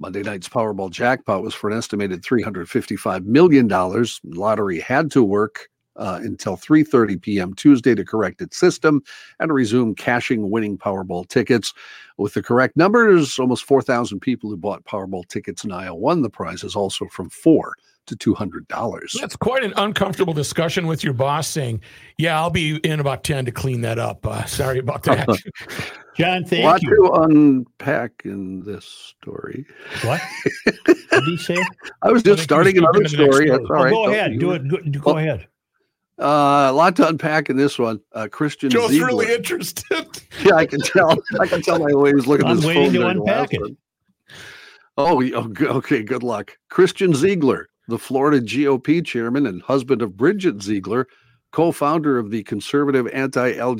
Monday night's Powerball jackpot was for an estimated three hundred fifty-five million dollars. Lottery had to work uh, until three thirty p.m. Tuesday to correct its system and resume cashing winning Powerball tickets. With the correct numbers, almost four thousand people who bought Powerball tickets in Iowa won the prizes, also from four to two hundred dollars. That's quite an uncomfortable discussion with your boss saying, Yeah, I'll be in about 10 to clean that up. Uh, sorry about that. John, A lot to unpack in this story. What? What did he say? I was just starting another story. That's all Oh, right. Go Don't ahead. you- Do it. Go, do- go ahead. Uh, a lot to unpack in this one. Uh, Christian Joe's Ziegler. really interested. yeah, I can tell. I can tell by the way he was looking at I'm his waiting phone. to during the last unpack it. one. Oh, y- oh, g- okay. Good luck. Christian Ziegler, the Florida GOP chairman and husband of Bridget Ziegler, co-founder of the conservative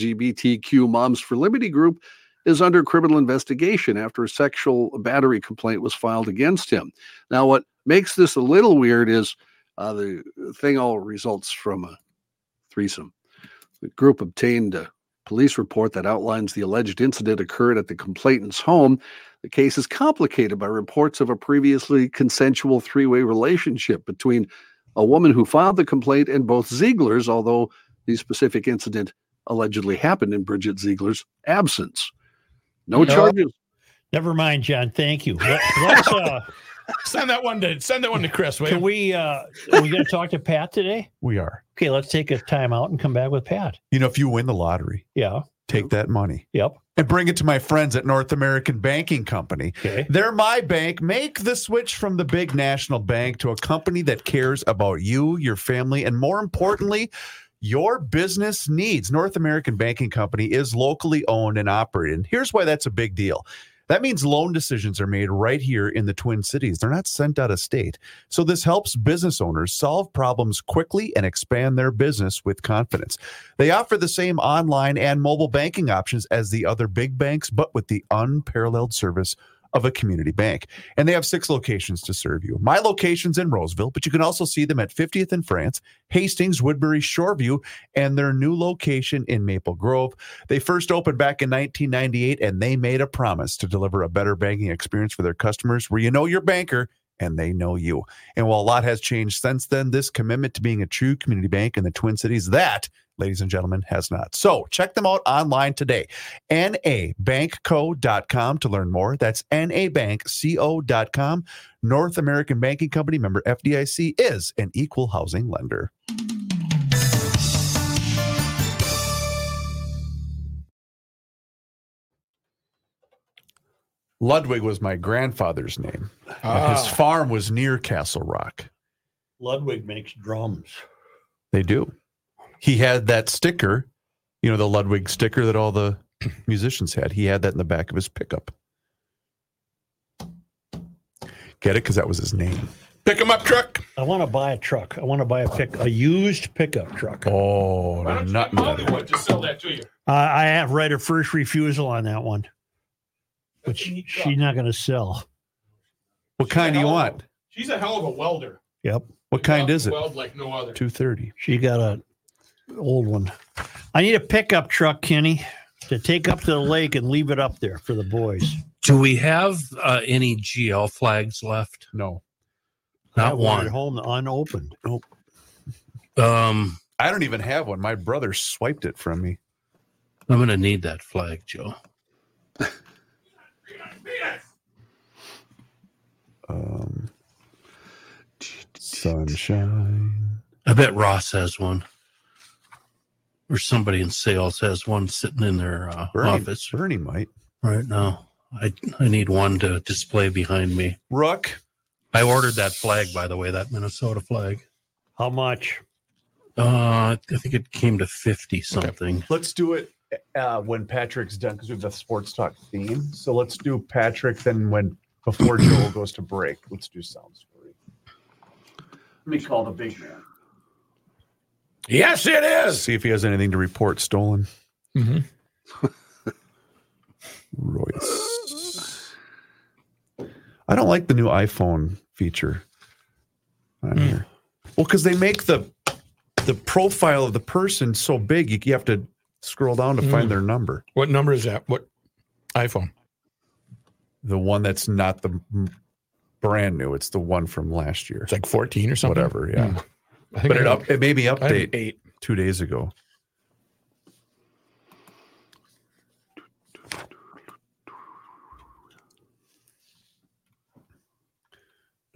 anti-LGBTQ Moms for Liberty group, is under criminal investigation after a sexual battery complaint was filed against him. Now, what makes this a little weird is uh, the thing all results from a threesome. The group obtained a police report that outlines the alleged incident occurred at the complainant's home. The case is complicated by reports of a previously consensual three way relationship between a woman who filed the complaint and both Ziegler's, although the specific incident allegedly happened in Bridget Ziegler's absence. No No. charges. Never mind, John. Thank you. Let, us uh, send that one to send that one to Chris. will you? can we? Uh, are we going to talk to Pat today? We are. Okay, let's take a time out and come back with Pat. You know, if you win the lottery, Yeah. take that money Yep. and bring it to my friends at North American Banking Company. Okay. They're my bank. Make the switch from the big national bank to a company that cares about you, your family, and more importantly, your business needs. North American Banking Company is locally owned and operated. And here's why that's a big deal. That means loan decisions are made right here in the Twin Cities. They're not sent out of state. So, this helps business owners solve problems quickly and expand their business with confidence. They offer the same online and mobile banking options as the other big banks, but with the unparalleled service of a community bank. And they have six locations to serve you. My location's in Roseville, but you can also see them at 50th in France, Hastings, Woodbury, Shoreview, and their new location in Maple Grove. They first opened back in 1998 and they made a promise to deliver a better banking experience for their customers where you know your banker and they know you. And while a lot has changed since then, this commitment to being a true community bank in the Twin Cities, that, ladies and gentlemen, has not. So check them out online today. NABankco.com to learn more. That's NABankco.com. North American Banking Company member FDIC is an equal housing lender. Ludwig was my grandfather's name. And His Uh, Ah. farm was near Castle Rock. Ludwig makes drums. They do. He had that sticker, you know, the Ludwig sticker that all the musicians had. He had that in the back of his pickup. Get it? Because that was his name. Pick him up truck. I want to buy a truck. I want to buy a pick, a used pickup truck. Oh, not Hollywood to sell that to you. Uh, I have right of first refusal on that one, but she, she's not going to sell. What kind do you want? She's a hell of a welder. Yep. What kind is it? Weld like no other. Two thirty. She got a old one. I need a pickup truck, Kenny, to take up to the lake and leave it up there for the boys. Do we have uh, any GL flags left? No, not At one. home, unopened. Nope. Um, I don't even have one. My brother swiped it from me. I'm going to need that flag, Joe. Um, sunshine. I bet Ross has one, or somebody in sales has one sitting in their uh, Bernie, office Bernie might right now. I I need one to display behind me. Ruck. I ordered that flag, by the way, that Minnesota flag. How much? Uh, I think it came to fifty something. Let's do it uh, when Patrick's done because we have the sports talk theme. So let's do Patrick. Then when before Joel goes to break, let's do sound story. Let me call the big man. Yes, it is. See if he has anything to report stolen. Mhm. Royce. I don't like the new iPhone feature on here. Well, because they make the the profile of the person so big, you- you have to scroll down to Mm. find their number. What number is that? What iPhone? The one that's not the m- brand new; it's the one from last year. It's like fourteen or something? Whatever, yeah. Mm. I think But I it have- up it made me I have update eight. two days ago.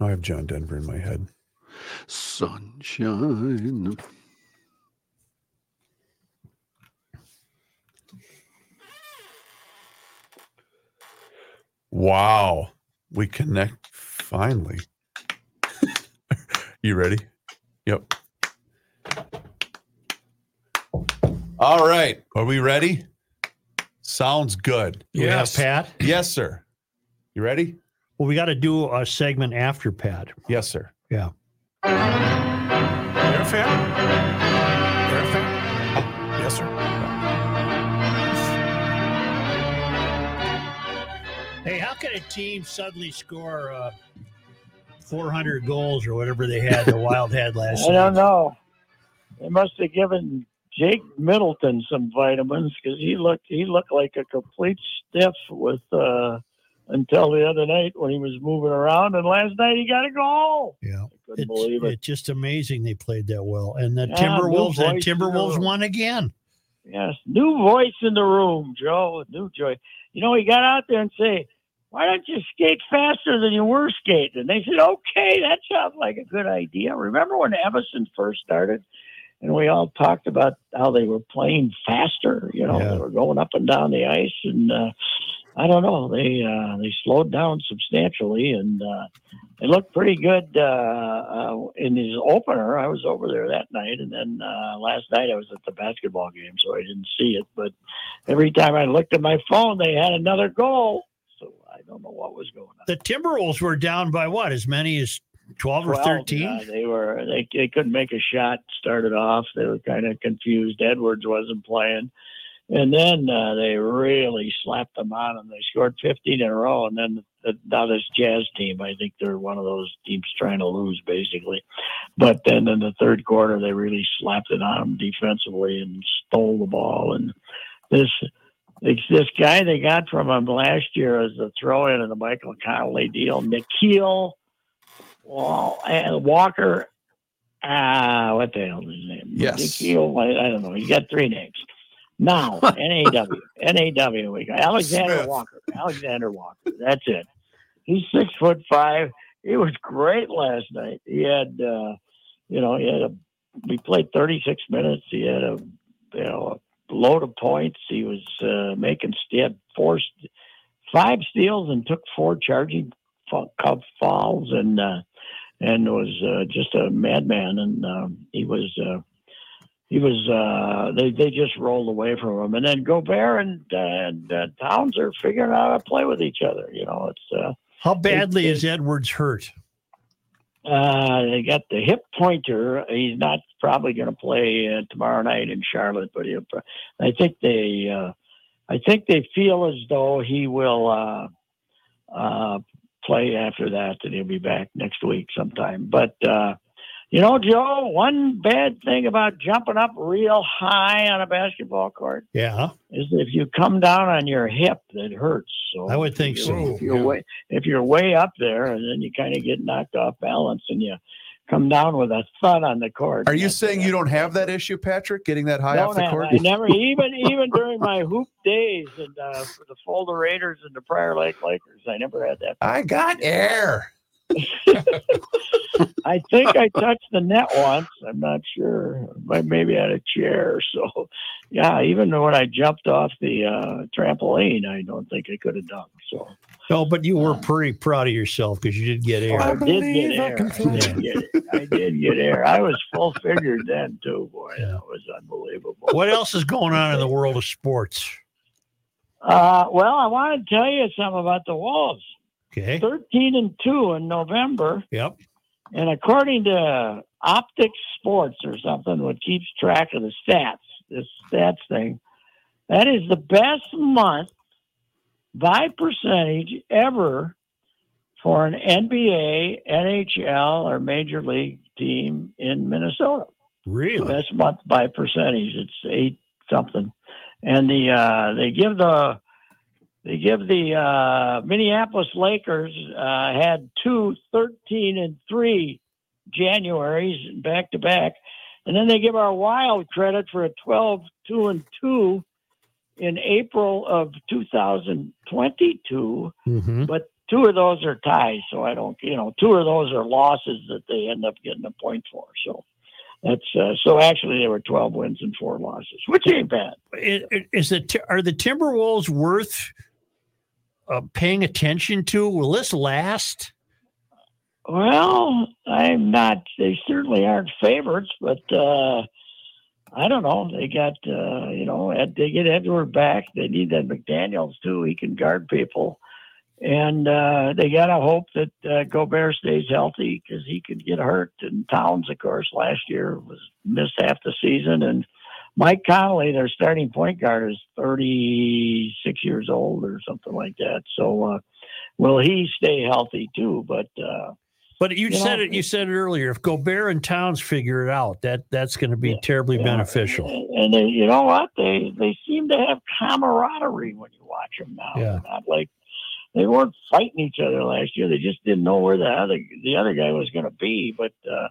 Now I have John Denver in my head. Sunshine. Wow. We connect finally. you ready? Yep. All right. Are we ready? Sounds good. Do we have Pat? Yes, sir. You ready? Well, we got to do a segment after Pat. Yes, sir. Yeah. Air fan? Air fan? Oh, Yes, sir. Hey, how can a team suddenly score uh, 400 goals or whatever they had the Wild had last I night? don't know. They must have given Jake Middleton some vitamins because he looked he looked like a complete stiff with uh, until the other night when he was moving around, and last night he got a goal. Yeah, couldn't it's, believe it. it's just amazing they played that well. And the Yeah, Timberwolves, new that voice in the Timberwolves room. won again. Yes, new voice in the room, Joe. New joy. You know, he got out there and say, "Why don't you skate faster than you were skating?" And they said, "Okay, that sounds like a good idea." Remember when Emerson first started, and we all talked about how they were playing faster. You know, they were going up and down the ice, and uh, I don't know, they uh, they slowed down substantially, and uh, they looked pretty good uh, uh, in his opener. I was over there that night, and then uh, last night I was at the basketball game, so I didn't see it. But every time I looked at my phone, they had another goal. So I don't know what was going on. The Timberwolves were down by what? As many as 12 or 13? yeah, they were they, they couldn't make a shot. Started off, they were kind of confused. Edwards wasn't playing, and then uh, they really slapped them on, and they scored 15 in a row. And then the, now this Jazz team, I think they're one of those teams trying to lose basically. But then in the third quarter, they really slapped it on them defensively and stole the ball. And this it's this guy they got from him last year as a throw-in in the Michael Connolly deal, Nikhil. Well, and Walker, ah, what the hell is his name? Yes. Nikhil, I, I don't know. He's got three names. Now, NAW, NAW, we got Alexander Smith. Walker, Alexander Walker. That's it. He's six foot five. He was great last night. He had, uh, you know, he had a, we played 36 minutes. He had a, you know, a load of points. He was uh, making, he had four, st- five steals and took four charging fa- cup fouls and, uh, and was uh, just a madman. And um, he was, uh, he was, uh, they, they just rolled away from him. And then Gobert and, uh, and uh, Towns are figuring out how to play with each other. You know, it's, uh, How badly is Edwards hurt? Uh, they got the hip pointer. He's not probably going to play uh, tomorrow night in Charlotte, but he'll. pro- I think they. Uh, I think they feel as though he will uh, uh, play after that, and he'll be back next week sometime. But uh, you know, Joe, one bad thing about jumping up real high on a basketball court Yeah, is if you come down on your hip, it hurts. So I would think so. if you're way if you're way up there and then you kind of get knocked off balance and you come down with a thud on the court. Are you saying you don't have that issue, Patrick? Getting that high Don't off the have- court? I never even even during my hoop days and uh, for the Folder Raiders and the Prior Lake Lakers, I never had that. I got air. I think I touched the net once. I'm not sure, but maybe at a chair. So, yeah, even when I jumped off the uh, trampoline, I don't think I could have done. So No, but you were pretty proud of yourself because you did get air. I did get air. I did get, I did get air. I was full figured then too. Boy, that was unbelievable. What else is going on in the world of sports? Uh, well, I want to tell you something about the Wolves. Okay. Thirteen and two in November. Yep. And according to Optics Sports or something, what keeps track of the stats, this stats thing, that is the best month by percentage ever for an NBA, NHL, or major league team in Minnesota. Really? Best month by percentage. It's eight something. And the uh, they give the they give the uh, Minneapolis Lakers uh, had two 13 and three Januaries back to back, and then they give our Wild credit for a 12 two and two in April of 2022. But two of those are ties, so I don't, you know, two of those are losses that they end up getting a point for. So that's uh, so actually there were 12 wins and four losses, which ain't bad. Is, is the Ti- are the Timberwolves worth uh, paying attention to? Will this last? Well, I'm not. They certainly aren't favorites, but uh, I don't know. They got uh, you know Ed- they get Edward back. They need that McDaniel's too. He can guard people, and uh, they got to hope that uh, Gobert stays healthy because he could get hurt. And Towns, of course, last year was missed half the season. And Mike Conley, their starting point guard, is 36 years old or something like that. So uh, will he stay healthy too? But uh, But you, You said know, it. You said it earlier. If Gobert and Towns figure it out, that that's going to be terribly beneficial. and they, you know what? They they seem to have camaraderie when you watch them now. Yeah. Not like they weren't fighting each other last year. They just didn't know where the other the other guy was going to be. But uh,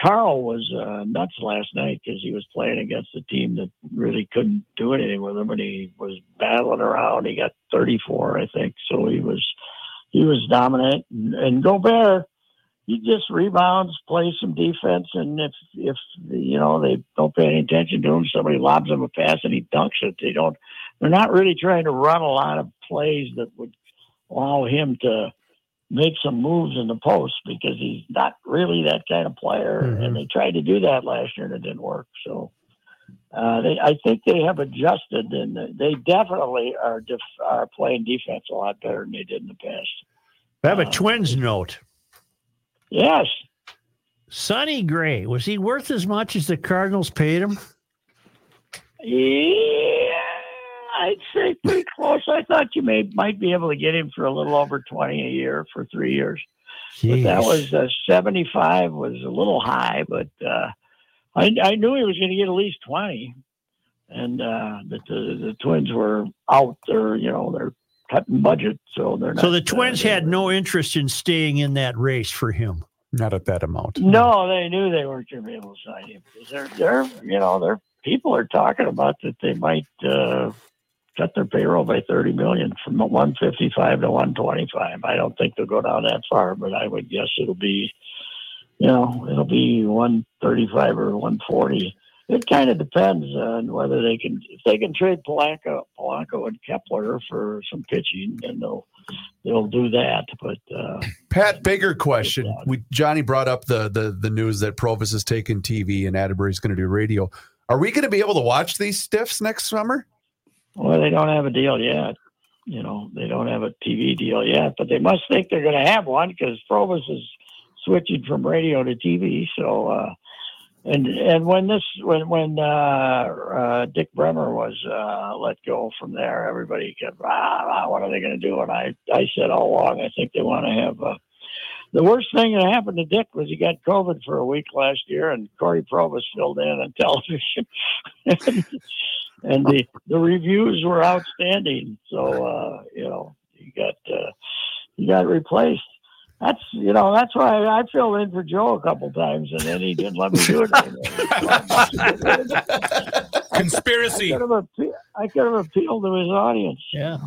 Carl was uh, nuts last night because he was playing against a team that really couldn't do anything with him, and he was battling around. He got 34, I think. So he was he was dominant. And, and Gobert, he just rebounds, plays some defense, and if if you know they don't pay any attention to him, somebody lobs him a pass and he dunks it. They don't. They're not really trying to run a lot of plays that would allow him to make some moves in the post because he's not really that kind of player. And they tried to do that last year and it didn't work. So uh, they, I think they have adjusted and they definitely are def- are playing defense a lot better than they did in the past. I have a Uh, Twins note. Yes. Sonny Gray was he worth as much as the Cardinals paid him? Yeah, I'd say pretty close. I thought you may might be able to get him for a little over twenty a year for three years. But that Jeez. was uh, seventy five was a little high, but uh, I I knew he was going to get at least twenty, and uh, that the the Twins were out there. You know they're cutting budget, so they're not. So the uh, Twins they- had no interest in staying in that race for him. Not at that amount. No, they knew they weren't going to be able to sign him. 'Cause They're, they're, you know, they're people are talking about that they might uh, cut their payroll by thirty million from one fifty five to one twenty five. I don't think they'll go down that far, but I would guess it'll be, you know, it'll be one thirty five or one forty. It kind of depends on whether they can if they can trade Polanco, Polanco and Kepler for some pitching, then they'll they'll do that. But uh, Pat, bigger question. We Johnny brought up the the the news that Provis has taken TV and Atterbury's going to do radio. Are we going to be able to watch these stiffs next summer? well, they don't have a deal yet. you know, they don't have a TV deal yet, but they must think they're going to have one because Probus is switching from radio to TV. So, uh, and and when this when when uh, uh, Dick Bremer was uh, let go from there, everybody kept ah, ah, what are they going to do? And I I said all along I think they want to have. Uh, the worst thing that happened to Dick was he got COVID for a week last year, and Corey Probus filled in on television, and the the reviews were outstanding. So uh, you know he got uh, he got replaced. That's you know that's why I, I filled in for Joe a couple times, and then he didn't let me do it. anymore. Conspiracy. I could, have appe- I could have appealed to his audience. Yeah.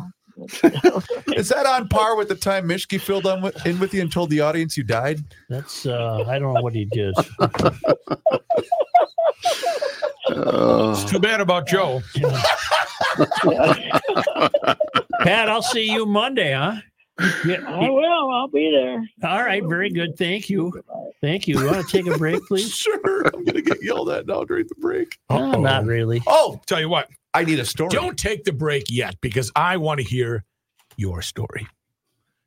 Is that on par with the time Mishki filled on with, in with you and told the audience you died? That's uh, I don't know what he did. Uh, it's too bad about Joe. Pat, I'll see you Monday, huh? I will. I'll be there. All right. Very good. Thank you. Thank you. You want to take a break, please? sure. I'm going to get yelled at now during the break. No, not really. Oh, tell you what. I need a story. Don't take the break yet because I want to hear your story.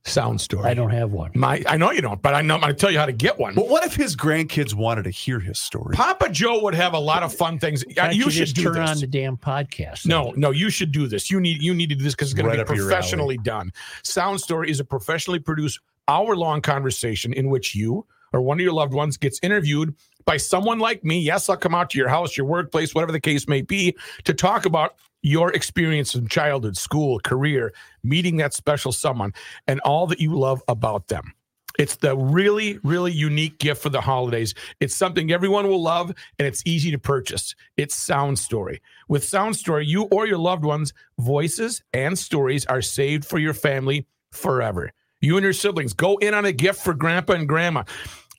Sound story. I don't have one. My, I know you don't, but I know I'm going to tell you how to get one. But what if his grandkids wanted to hear his story? Papa Joe would have a lot of fun things. Why don't you should just do turn this. on the damn podcast. No, no, you should do this. You need you need to do this because it's going Right to up be your professionally done. Sound Story is a professionally produced hour long conversation in which you or one of your loved ones gets interviewed by someone like me. Yes, I'll come out to your house, your workplace, whatever the case may be, to talk about your experience in childhood, school, career, meeting that special someone, and all that you love about them. It's the really, really unique gift for the holidays. It's something everyone will love and it's easy to purchase. It's Sound Story. With Sound Story, you or your loved ones' voices and stories are saved for your family forever. You and your siblings go in on a gift for grandpa and grandma.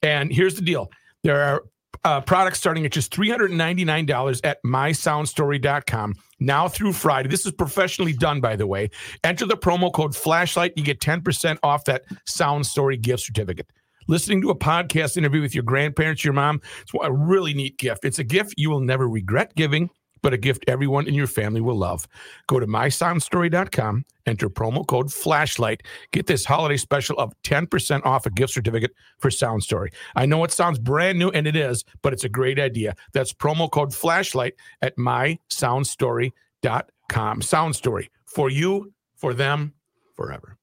And here's the deal there are uh, products starting at just $399 at mysoundstory.com now through Friday. This is professionally done, by the way. Enter the promo code flashlight. You get 10% off that Sound Story gift certificate. Listening to a podcast interview with your grandparents, your mom, it's a really neat gift. It's a gift you will never regret giving, but a gift everyone in your family will love. Go to mysoundstory.com, enter promo code flashlight, get this holiday special of 10% off a gift certificate for Sound Story. I know it sounds brand new, and it is, but it's a great idea. That's promo code flashlight at mysoundstory.com. Sound Story for you, for them, forever.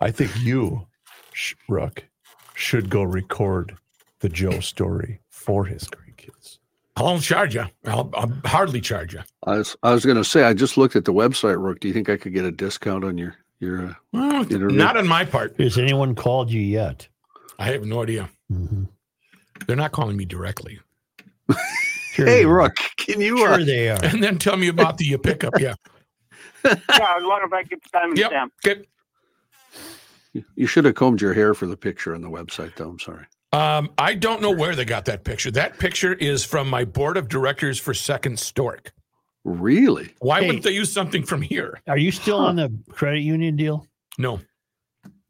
I think you, Sh- Rook, should go record the Joe story for his grandkids. I won't charge you. I'll, I'll hardly charge you. I was, I was going to say, I just looked at the website, Rook. Do you think I could get a discount on your your? Uh, Well, interview? not on my part. Has anyone called you yet? I have no idea. They're not calling me directly. hey, Rook, can you? uh, Sure they are. And then tell me about the pickup. Yeah. yeah, as long as I get the time Yep. stamp. Okay. You should have combed your hair for the picture on the website, though. I'm sorry. Um, I don't know where they got that picture. That picture is from my board of directors for Second Stork. Really? Why Hey. wouldn't they use something from here? Are you still on the credit union deal? No.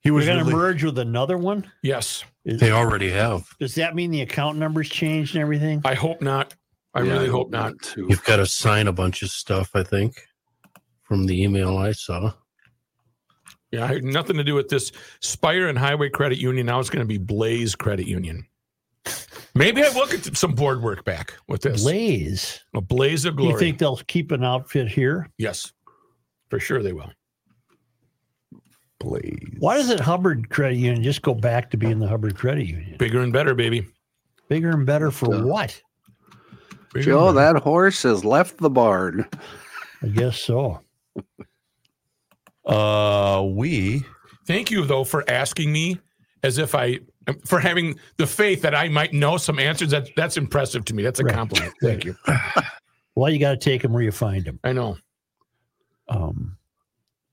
He was You're going to really- merge with another one? Yes. Is- They already have. does that mean the account numbers changed and everything? I hope not. I Yeah, really I hope not. Too. You've got to sign a bunch of stuff, I think, from the email I saw. Yeah, I had nothing to do with this Spire and Highway Credit Union. Now it's going to be Blaze Credit Union. Maybe I will get some board work back with this. Blaze. A blaze of glory. You think they'll keep an outfit here? yes, for sure they will. Please. Why doesn't Hubbard Credit Union just go back to being the Hubbard Credit Union? Bigger and better, baby. Bigger and better for Yeah. what? Bigger Joe, and better. that horse has left the barn. I guess so. Uh, we Thank you though for asking me as if I for having the faith that I might know some answers. That that's impressive to me. That's a Right. compliment. Thank you. Well, you got to take them where you find them. I know. um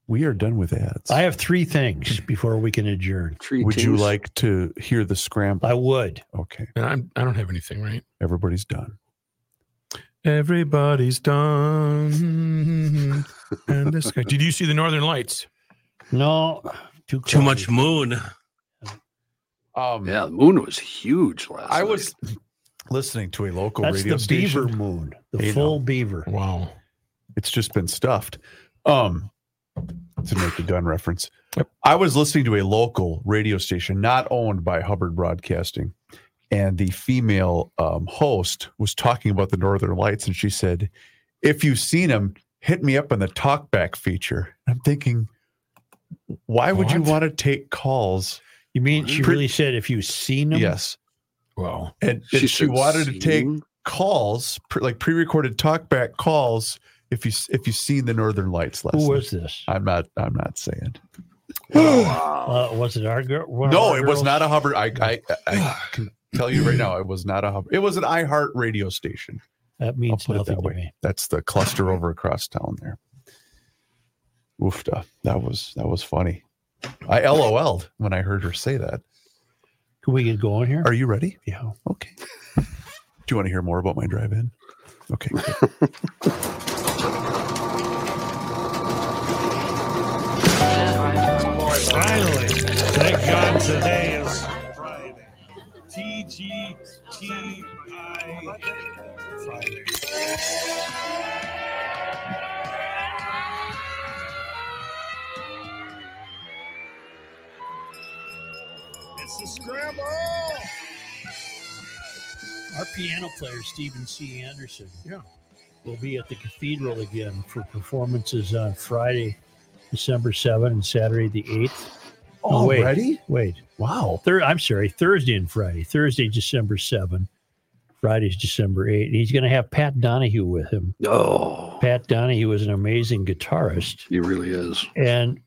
we are done with ads. I have three things before we can adjourn. Tree Would you tings. like to hear the scramble? I would. Okay, And I'm I don't have anything, right? everybody's done. Everybody's done. and this guy. Did you see the Northern Lights? No, too Too cloudy. much moon. Um, Yeah, the moon was huge last. I night. was listening to a local That's radio the station. beaver moon, the You know. full beaver. Wow. It's just been stuffed. Um, to make the gun reference, I was listening to a local radio station not owned by Hubbard Broadcasting, and the female um, host was talking about the Northern Lights, and she said, "If you've seen them, hit me up on the talkback feature." I'm thinking, why would you want to take calls? You mean she really said if you've seen them? Yes. Wow. and, She and she, said wanted to take seen? calls, pre, like pre-recorded talkback calls. If you if you've seen the Northern Lights last, Who night. was this? I'm not. I'm not saying. Uh, was it our girl? one of Oh. No, our it was girls? not a Hubbard. I I, I can tell you right now, it was not a Hubbard. It was an iHeart radio station. I'll That means put it nothing that to way. me. That's the cluster over across town there. Oofta. That was that was funny. I LOL'd when I heard her say that. Can we get going here? Are you ready? Yeah. Okay. Do you want to hear more about my drive-in? Okay. good. Finally, thank God today is Friday. TGTI Friday. It's the scramble. Our piano player, Stephen C. Anderson. Yeah. Will be at the cathedral again for performances on Friday, December 7th and Saturday the 8th. Oh, wait. Already? Wait. Wow. Thur- I'm sorry, Thursday and Friday. Thursday, December 7th. Friday's December 8th. And he's going to have Pat Donahue with him. Oh, Pat Donahue is an amazing guitarist. he really is. And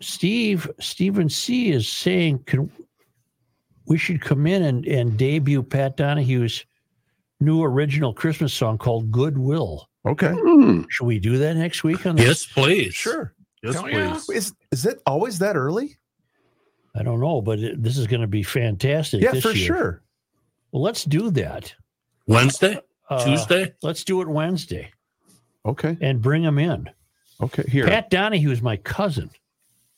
Steve Stephen C is saying can we should come in and, and debut Pat Donahue's new original Christmas song called Goodwill. Okay. Hmm. Should we do that next week on the Yes, please. Sure. Yes, Oh, Hell yeah. please. Is is it always that early? I don't know, but it, this is going to be fantastic. Yeah, this for year. sure. Well, let's do that. Wednesday, Uh, Tuesday. Let's do it Wednesday Okay. and bring him in. Okay. Here. Pat Donahue is my cousin,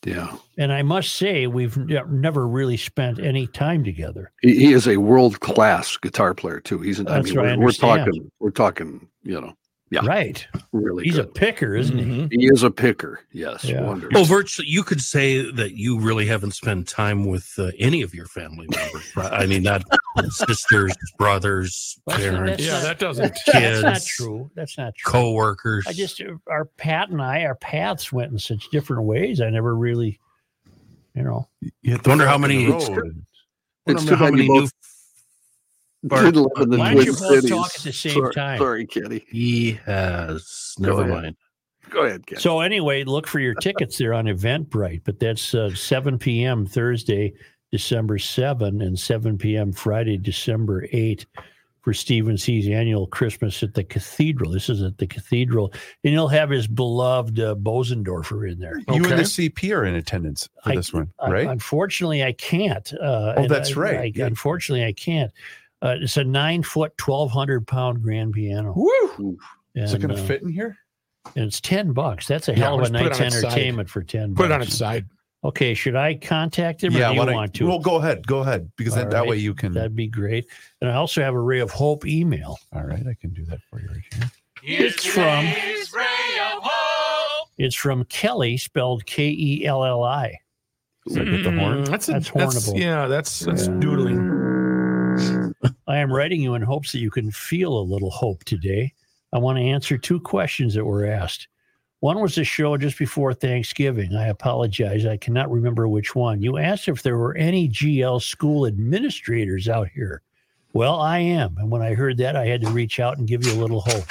Yeah. and I must say we've ne- never really spent any time together. He, he is a world class guitar player too. He's an, I That's mean, what I we're, we're understand. talking, we're talking, you know, Yeah. Right? really He's a good. Mm-hmm. picker, isn't he? Mm-hmm. he is a picker. Yes. Yeah. Wonderful. Well, virtually, Oh, you could say that you really haven't spent time with uh, any of your family members. I mean, not sisters, brothers, That's not- parents, that's Yeah, not- that doesn't. That's not kids. true. That's not true. coworkers. I just uh, our Pat and I, our paths went in such different ways. I never really, you know, You hit the wonder fork how in the many. road. It's wonder too how bad many you new. both didn't live in the Why don't you Twin both Cities. talk at the same sorry, time? Sorry, Kenny. He has. Go Never ahead. mind. Go ahead, Kenny. So anyway, look for your tickets there on Eventbrite. But that's uh, 7 p.m. Thursday, December 7, and 7 p.m. Friday, December 8, for Stephen C's annual Christmas at the Cathedral. This is at the Cathedral, and he'll have his beloved uh, Bosendorfer in there. You Okay. and the CP are in attendance for I- this one, I- right? unfortunately, I can't. Uh, Oh, and that's I- right. I- Yeah. Unfortunately, I can't. Uh, it's a nine foot, twelve hundred pound grand piano. Oof. And, Is it going to uh, fit in here? and it's ten bucks. That's a Yeah, hell of a just put it night's on its side. entertainment for ten. Put it on bucks. its side. Okay, should I contact him? or do you why don't- want to? Well, go ahead. Go ahead. Because All then, that right. way you can. That'd be great. And I also have a Ray of Hope email. all right. I can do that for you right here. It's from It's from Kelly, spelled K E L L I. So I get the horn. Mm, That's, That's hornable. yeah, that's that's doodling. I am writing you in hopes that you can feel a little hope today. I want to answer two questions that were asked. One was a show just before Thanksgiving. I apologize. I cannot remember which one. You asked if there were any GL school administrators out here. Well, I am. And when I heard that, I had to reach out and give you a little hope.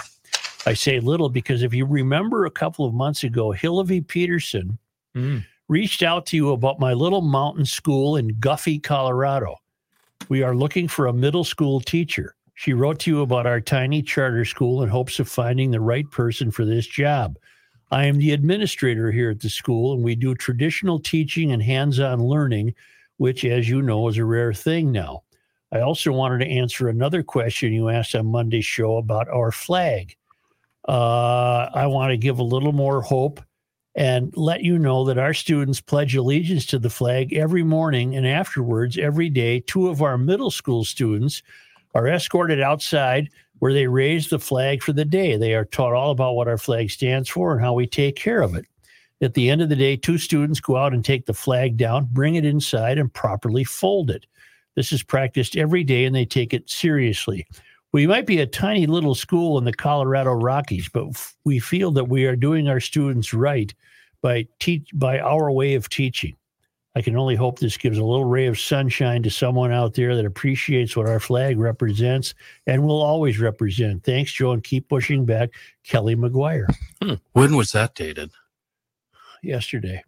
I say little because if you remember a couple of months ago, Hillary Peterson Mm. reached out to you about my little mountain school in Guffey, Colorado. We are looking for a middle school teacher. She wrote to you about our tiny charter school in hopes of finding the right person for this job. I am the administrator here at the school, and we do traditional teaching and hands on learning, which, as you know, is a rare thing now. I also wanted to answer another question you asked on Monday's show about our flag. Uh, I want to give a little more hope and let you know that our students pledge allegiance to the flag every morning and afterwards every day. Two of our middle school students are escorted outside where they raise the flag for the day. They are taught all about what our flag stands for and how we take care of it. At the end of the day, two students go out and take the flag down, bring it inside, and properly fold it. This is practiced every day and they take it seriously. We might be a tiny little school in the Colorado Rockies, but f- we feel that we are doing our students right by teach by our way of teaching. I can only hope this gives a little ray of sunshine to someone out there that appreciates what our flag represents and will always represent. Thanks, Joe, and keep pushing back, Kelly McGuire. Hmm. When was that dated? Yesterday,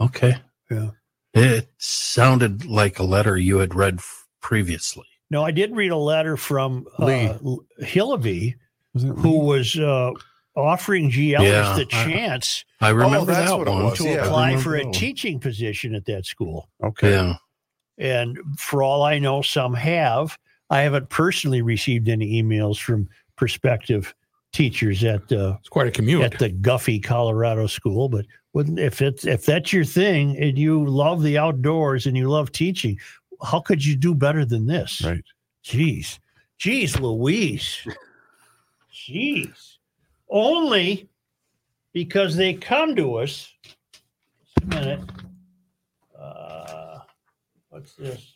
Okay. Yeah. It sounded like a letter you had read f- previously. no, I did read a letter from uh, L- Hillary, who was uh, offering GLers Yeah, the I- chance. I remember Oh, that's that what it one. was, To Yeah, I apply remember for that a one. teaching position at that school. Okay. Yeah. And for all I know, some have. I haven't personally received any emails from prospective teachers at the it's quite a commute at the Guffey, Colorado school. But wouldn't if it's if that's your thing and you love the outdoors and you love teaching, how could you do better than this? Right. Jeez. Jeez Louise. Jeez. Only because they come to us. Just a minute. Uh, what's this?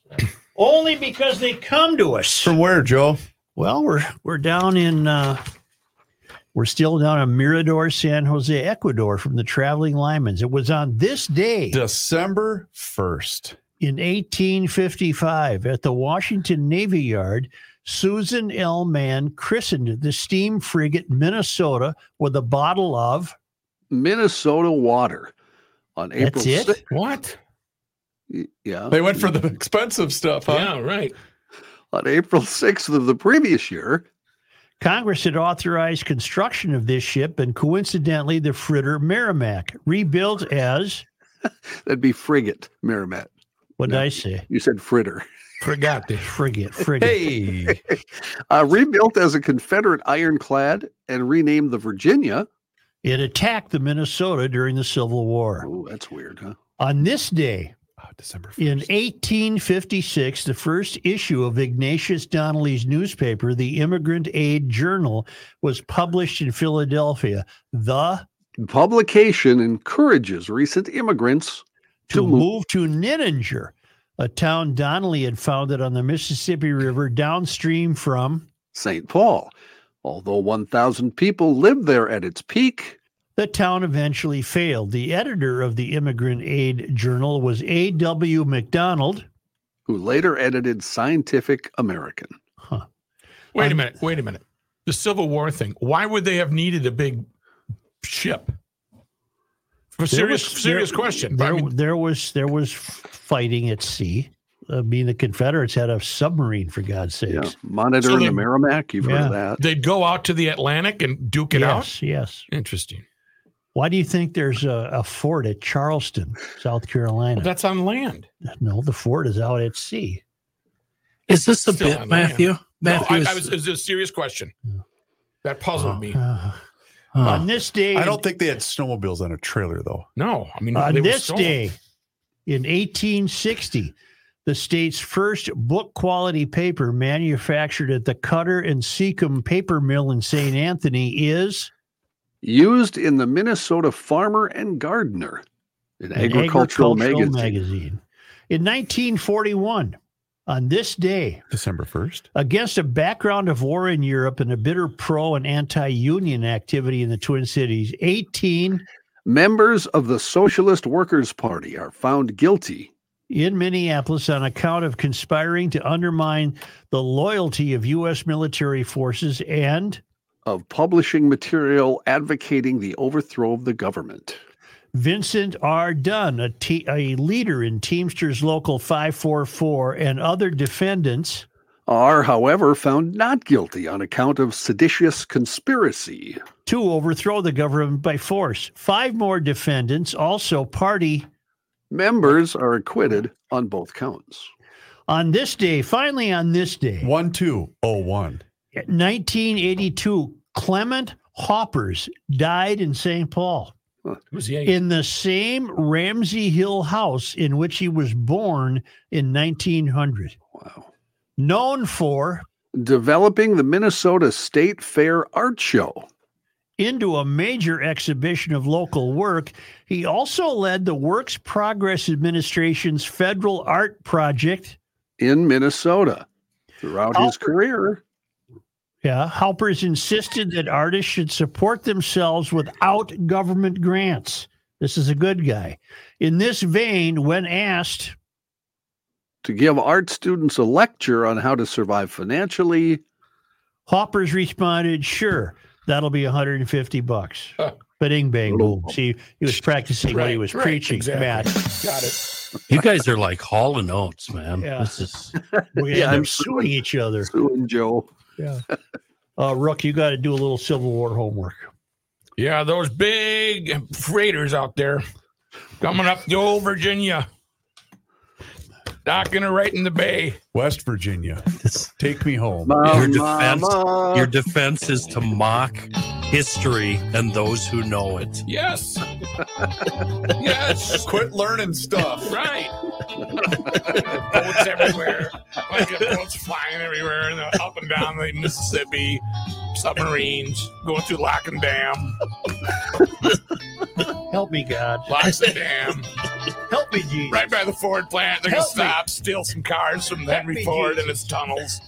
Only because they come to us. From where, Joe? Well, we're we're down in uh, we're still down in Mirador, San Jose, Ecuador, from the Traveling Limans. It was on this day December 1st. in 1855 at the Washington Navy Yard, Susan L. Mann christened the steam frigate Minnesota with a bottle of. Minnesota water on April. That's it? What? Yeah. They went for the expensive stuff, huh? Yeah, right. On April 6th of the previous year, Congress had authorized construction of this ship, and coincidentally, the fritter Merrimac, rebuilt as that'd be frigate Merrimack. What did I say? You said fritter. Forgot the frigate. Frigate. Hey. uh, rebuilt as a Confederate ironclad and renamed the Virginia. It attacked the Minnesota during the Civil War. Oh, that's weird, huh? On this day, Ah, in 1856, the first issue of Ignatius Donnelly's newspaper, the Immigrant Aid Journal, was published in Philadelphia. The Publication encourages recent immigrants to move to Ninninger, a town Donnelly had founded on the Mississippi River downstream from St. Paul. Although 1,000 people lived there at its peak, The town eventually failed. The editor of the Immigrant Aid Journal was A.W. McDonald. who later edited Scientific American. Wait a minute. Wait a minute. The Civil War thing. Why would they have needed a big ship? A There serious, was- serious there- question. There, there was there was fighting at sea. I mean, the Confederates had a submarine for God's sakes. Yeah. Monitor So and they- the Merrimack, you've heard of Yeah. that. They'd go out to the Atlantic and duke it yes, out. yes. Interesting. Why do you think there's a, a fort at Charleston, South Carolina? That's on land. no, the fort is out at sea. Is this a Still bit, on land. Matthew? Matthew, no, I, is- I was, it was a serious question. That puzzled me. Uh-huh. On this day, I don't think they had snowmobiles on a trailer, though. No. I mean, on they were Uh, this stolen. day in 1860 the state's first book quality paper manufactured at the cutter and seacombe paper mill in st anthony is Used in the Minnesota Farmer and Gardener, an, an agricultural, magazine. magazine in 1941 on this day December 1st. Against a background of war in Europe and a bitter pro and anti union activity in the Twin Cities, 18 Members of the Socialist Workers' Party are found guilty. in Minneapolis on account of conspiring to undermine the loyalty of U.S. military forces and Of publishing material advocating the overthrow of the government. Vincent R. Dunn, a, te- a leader in Teamsters Local 544, and other defendants. Are, however, found not guilty on account of seditious conspiracy. to overthrow the government by force. Five more defendants, also party Members are acquitted on both counts. on this day, finally on this day, 1201. 1982, Clement Hoppers died in St. Paul. Who's the in the same Ramsey Hill house in which he was born in 1900. Wow. known for developing the Minnesota State Fair Art Show. into a major exhibition of local work. He also led the Works Progress Administration's federal art project. in Minnesota throughout his career. Yeah, Halpers insisted that artists should support themselves without government grants. This is a good guy. In this vein, when asked, To give art students a lecture on how to survive financially, Hoppers responded, "Sure, that'll be 150 bucks." Bing, bang, boom. See, he was practicing what he was right, preaching, exactly. Matt. Got it. You guys are like Hall and Oates, man. Yeah. This is We end Yeah, I'm up suing each other. suing Joe. Yeah. Uh, Rook, you got to do a little Civil War homework. Yeah, those big freighters out there coming up the old Virginia, docking her right in the bay. West Virginia. Take me home. your defense. Uh, Your defense is to mock history and those who know it. Yes. yes. Quit learning stuff. Right. boats everywhere. Like boats flying everywhere, and they're up and down the Mississippi, submarines going through Lock and Dam, Help me, God. Locks and Dam, Help me, Jesus. right by the Ford plant. They're Help me. gonna stop, steal some cars from Help Henry me, Ford Jesus. and its tunnels.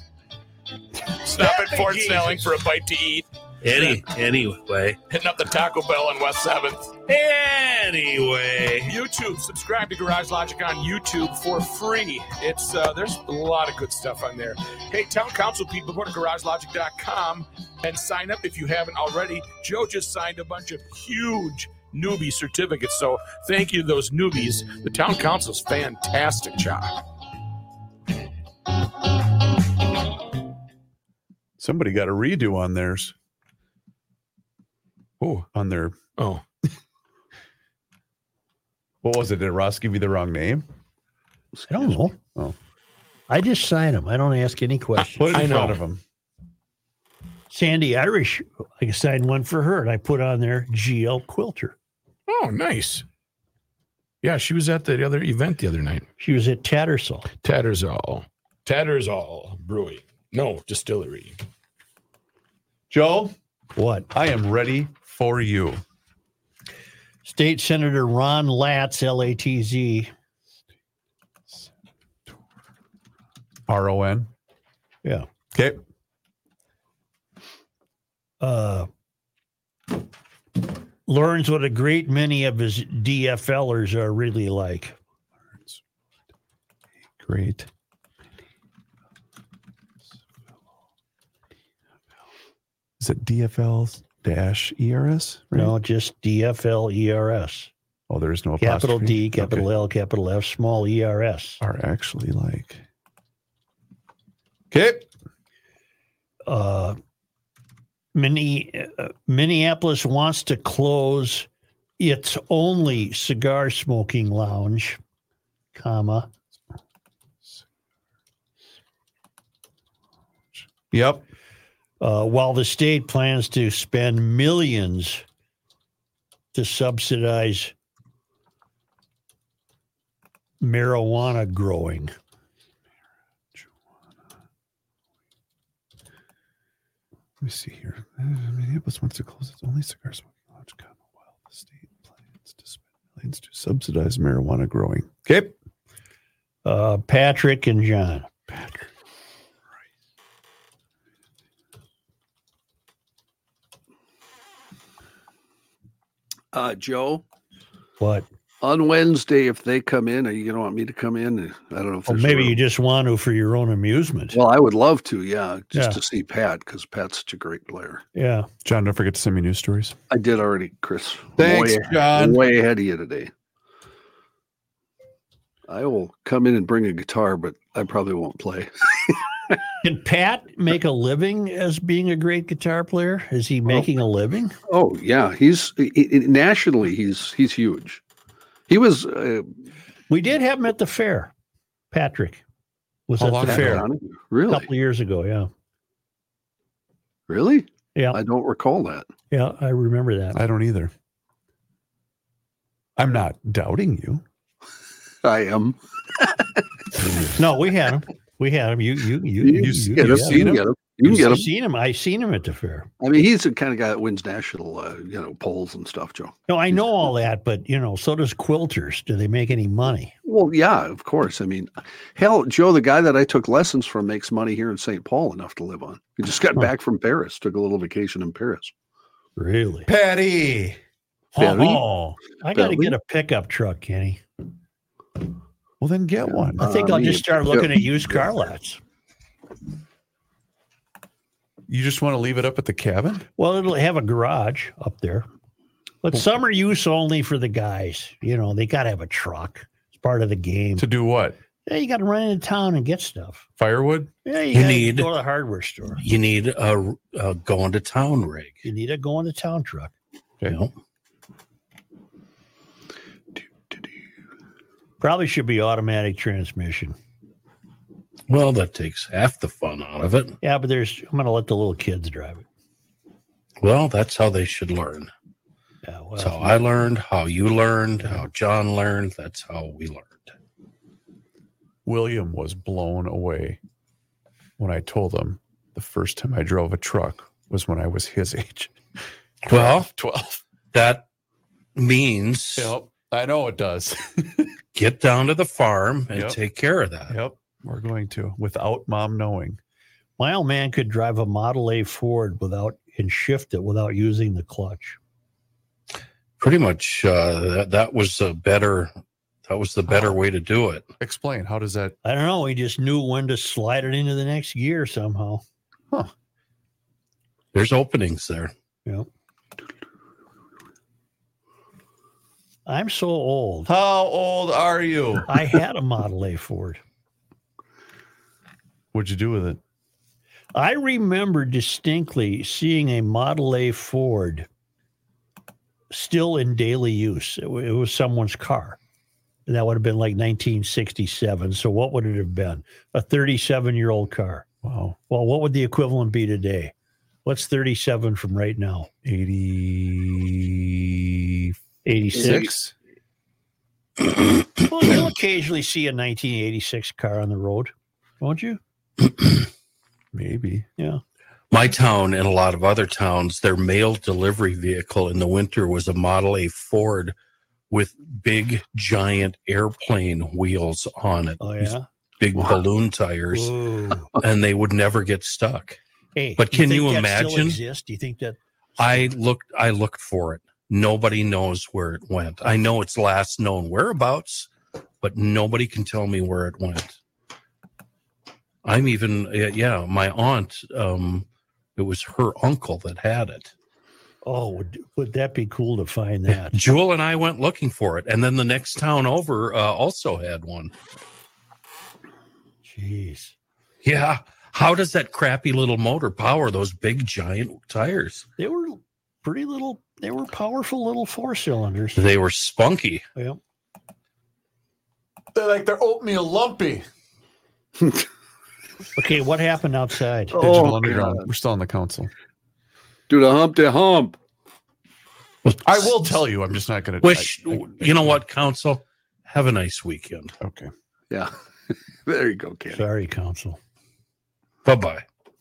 Stop Help at me, Fort Jesus. Snelling for a bite to eat. Any anyway. Hitting up the Taco Bell on West Seventh. Anyway. YouTube. Subscribe to Garage Logic on YouTube for free. It's uh, there's a lot of good stuff on there. Hey, town council people, go to GarageLogic.com and sign up if you haven't already. Joe just signed a bunch of huge newbie certificates, so thank you to those newbies. The town council's fantastic job. Somebody got a redo on theirs. Oh, on their oh. what was it? Did Ross give you the wrong name? I don't know. Oh. I just sign them. I don't ask any questions. Put it in front of them. Sandy Irish, I signed one for her, and I put on there GL Quilter. Oh, nice. Yeah, she was at the other event the other night. She was at Tattersall. Tattersall, Tattersall Brewery. No distillery. Joe, what? I am ready for you. State Senator Ron Latz, L A T Z. R O N. Yeah. Okay. Uh, learns what a great many of his DFLers are really like. Great. Is it DFL dash E ERS? No, just DFL ERS. Oh, there is no E Capital apostrophe? D, capital Okay. L, capital F, small E ERS. Are actually like. Okay. uh, Minne- uh, Minneapolis wants to close its only cigar smoking lounge, comma. Yep. Uh, while the state plans to spend millions to subsidize marijuana growing. Let me see here. Uh, Minneapolis wants to close its only cigar smoking lounge comma while the state plans to spend millions to subsidize marijuana growing. Okay. Uh, Patrick and John. Uh, Joe, What? on Wednesday, if they come in, are you going to want me to come in? I don't know if Or there's maybe room. you just want to for your own amusement. Well, I would love to, yeah, just Yeah. to see Pat because Pat's such a great player. Yeah. John, don't forget to send me news stories. I did already, Chris. Thanks, way, John. Way ahead of you today. I will come in and bring a guitar, but I probably won't play. Can Pat make a living as being a great guitar player? Is he making a living? Oh yeah, he's i- i- nationally he's he's huge. He was uh, We did have him at the fair. Patrick was How at long the ago? fair a really couple of years ago. Yeah. really. Yeah. I don't recall that. Yeah. I remember that. I don't either. I'm not doubting you. I am. No, we had him. We had him. You you you You get him. You can get him. You can get him. seen him. I seen him at the fair. I mean, he's the kind of guy that wins national, uh, you know, polls and stuff, Joe. No, I know all that, but you know, so does quilters. Do they make any money? Well, yeah, of course. I mean, hell, Joe, the guy that I took lessons from makes money here in St. Paul enough to live on. He just got back from Paris, took a little vacation in Paris. Really? Patty. Patty? Oh, I got to Patty? get a pickup truck, Kenny. Well, then get one. I think Uh, I'll me- just start yeah. looking at used car lots. You just want to leave it up at the cabin? Well, it'll have a garage up there, but some are use only for the guys. You know, they got to have a truck. It's part of the game. To do what? Yeah, you got to run into town and get stuff. Firewood? Yeah, You you, need need- go to the hardware store. You need a, a going to town rig. You need a going to town truck. You know? Probably should be automatic transmission. Well, that takes half the fun out of it. Yeah, but there's I'm going to let the little kids drive it. Well, that's how they should learn. Yeah, that's how I learned, how you learned, how John learned. That's how we learned. William was blown away when I told him the first time I drove a truck was when I was his age. Well, 12. That means Yep. I know it does. get down to the farm and Yep. take care of that. Yep. We're going to without mom knowing. My old man could drive a Model A Ford without and shift it without using the clutch. Pretty much uh, that, that was a better that was the better way to do it. Explain. How does that? I don't know. He just knew when to slide it into the next gear somehow. There's openings there. Yep. I'm so old. How old are you? I had a Model A Ford. What'd you do with it? I remember distinctly seeing a Model A Ford still in daily use. It, wa- it was someone's car. And that would have been like 1967. So what would it have been? A 37 year old car. Wow. Well, what would the equivalent be today? What's 37 from right now? 80. 86. Well, you'll occasionally see a 1986 car on the road, won't you? Maybe. Yeah. My town and a lot of other towns, their mail delivery vehicle in the winter was a Model A Ford with big giant airplane wheels on it. Oh, These yeah? Big balloon tires. Ooh. and they would never get stuck. Hey, But can think you that still imagine? exists? Do you think that I looked I looked for it. Nobody knows where it went. I know its last known whereabouts, but nobody can tell me where it went. I'm even yeah, yeah, my aunt um it was her uncle that had it. Oh, would, would that be cool to find that? Jewel and I went looking for it and then the next town over uh, also had one. Jeez. Yeah. How does that crappy little motor power those big giant tires? They were pretty little, they were powerful little four cylinders. They were spunky. Yep. They're like they're oatmeal lumpy. Okay, what happened outside? Digital Oh, Underground. God. We're still on the council. Do the hump to hump. I will tell you. I'm just not going to Wish you know what, Council. Have a nice weekend. Okay. Yeah. there you go, Kenny. Sorry, Council. Bye bye.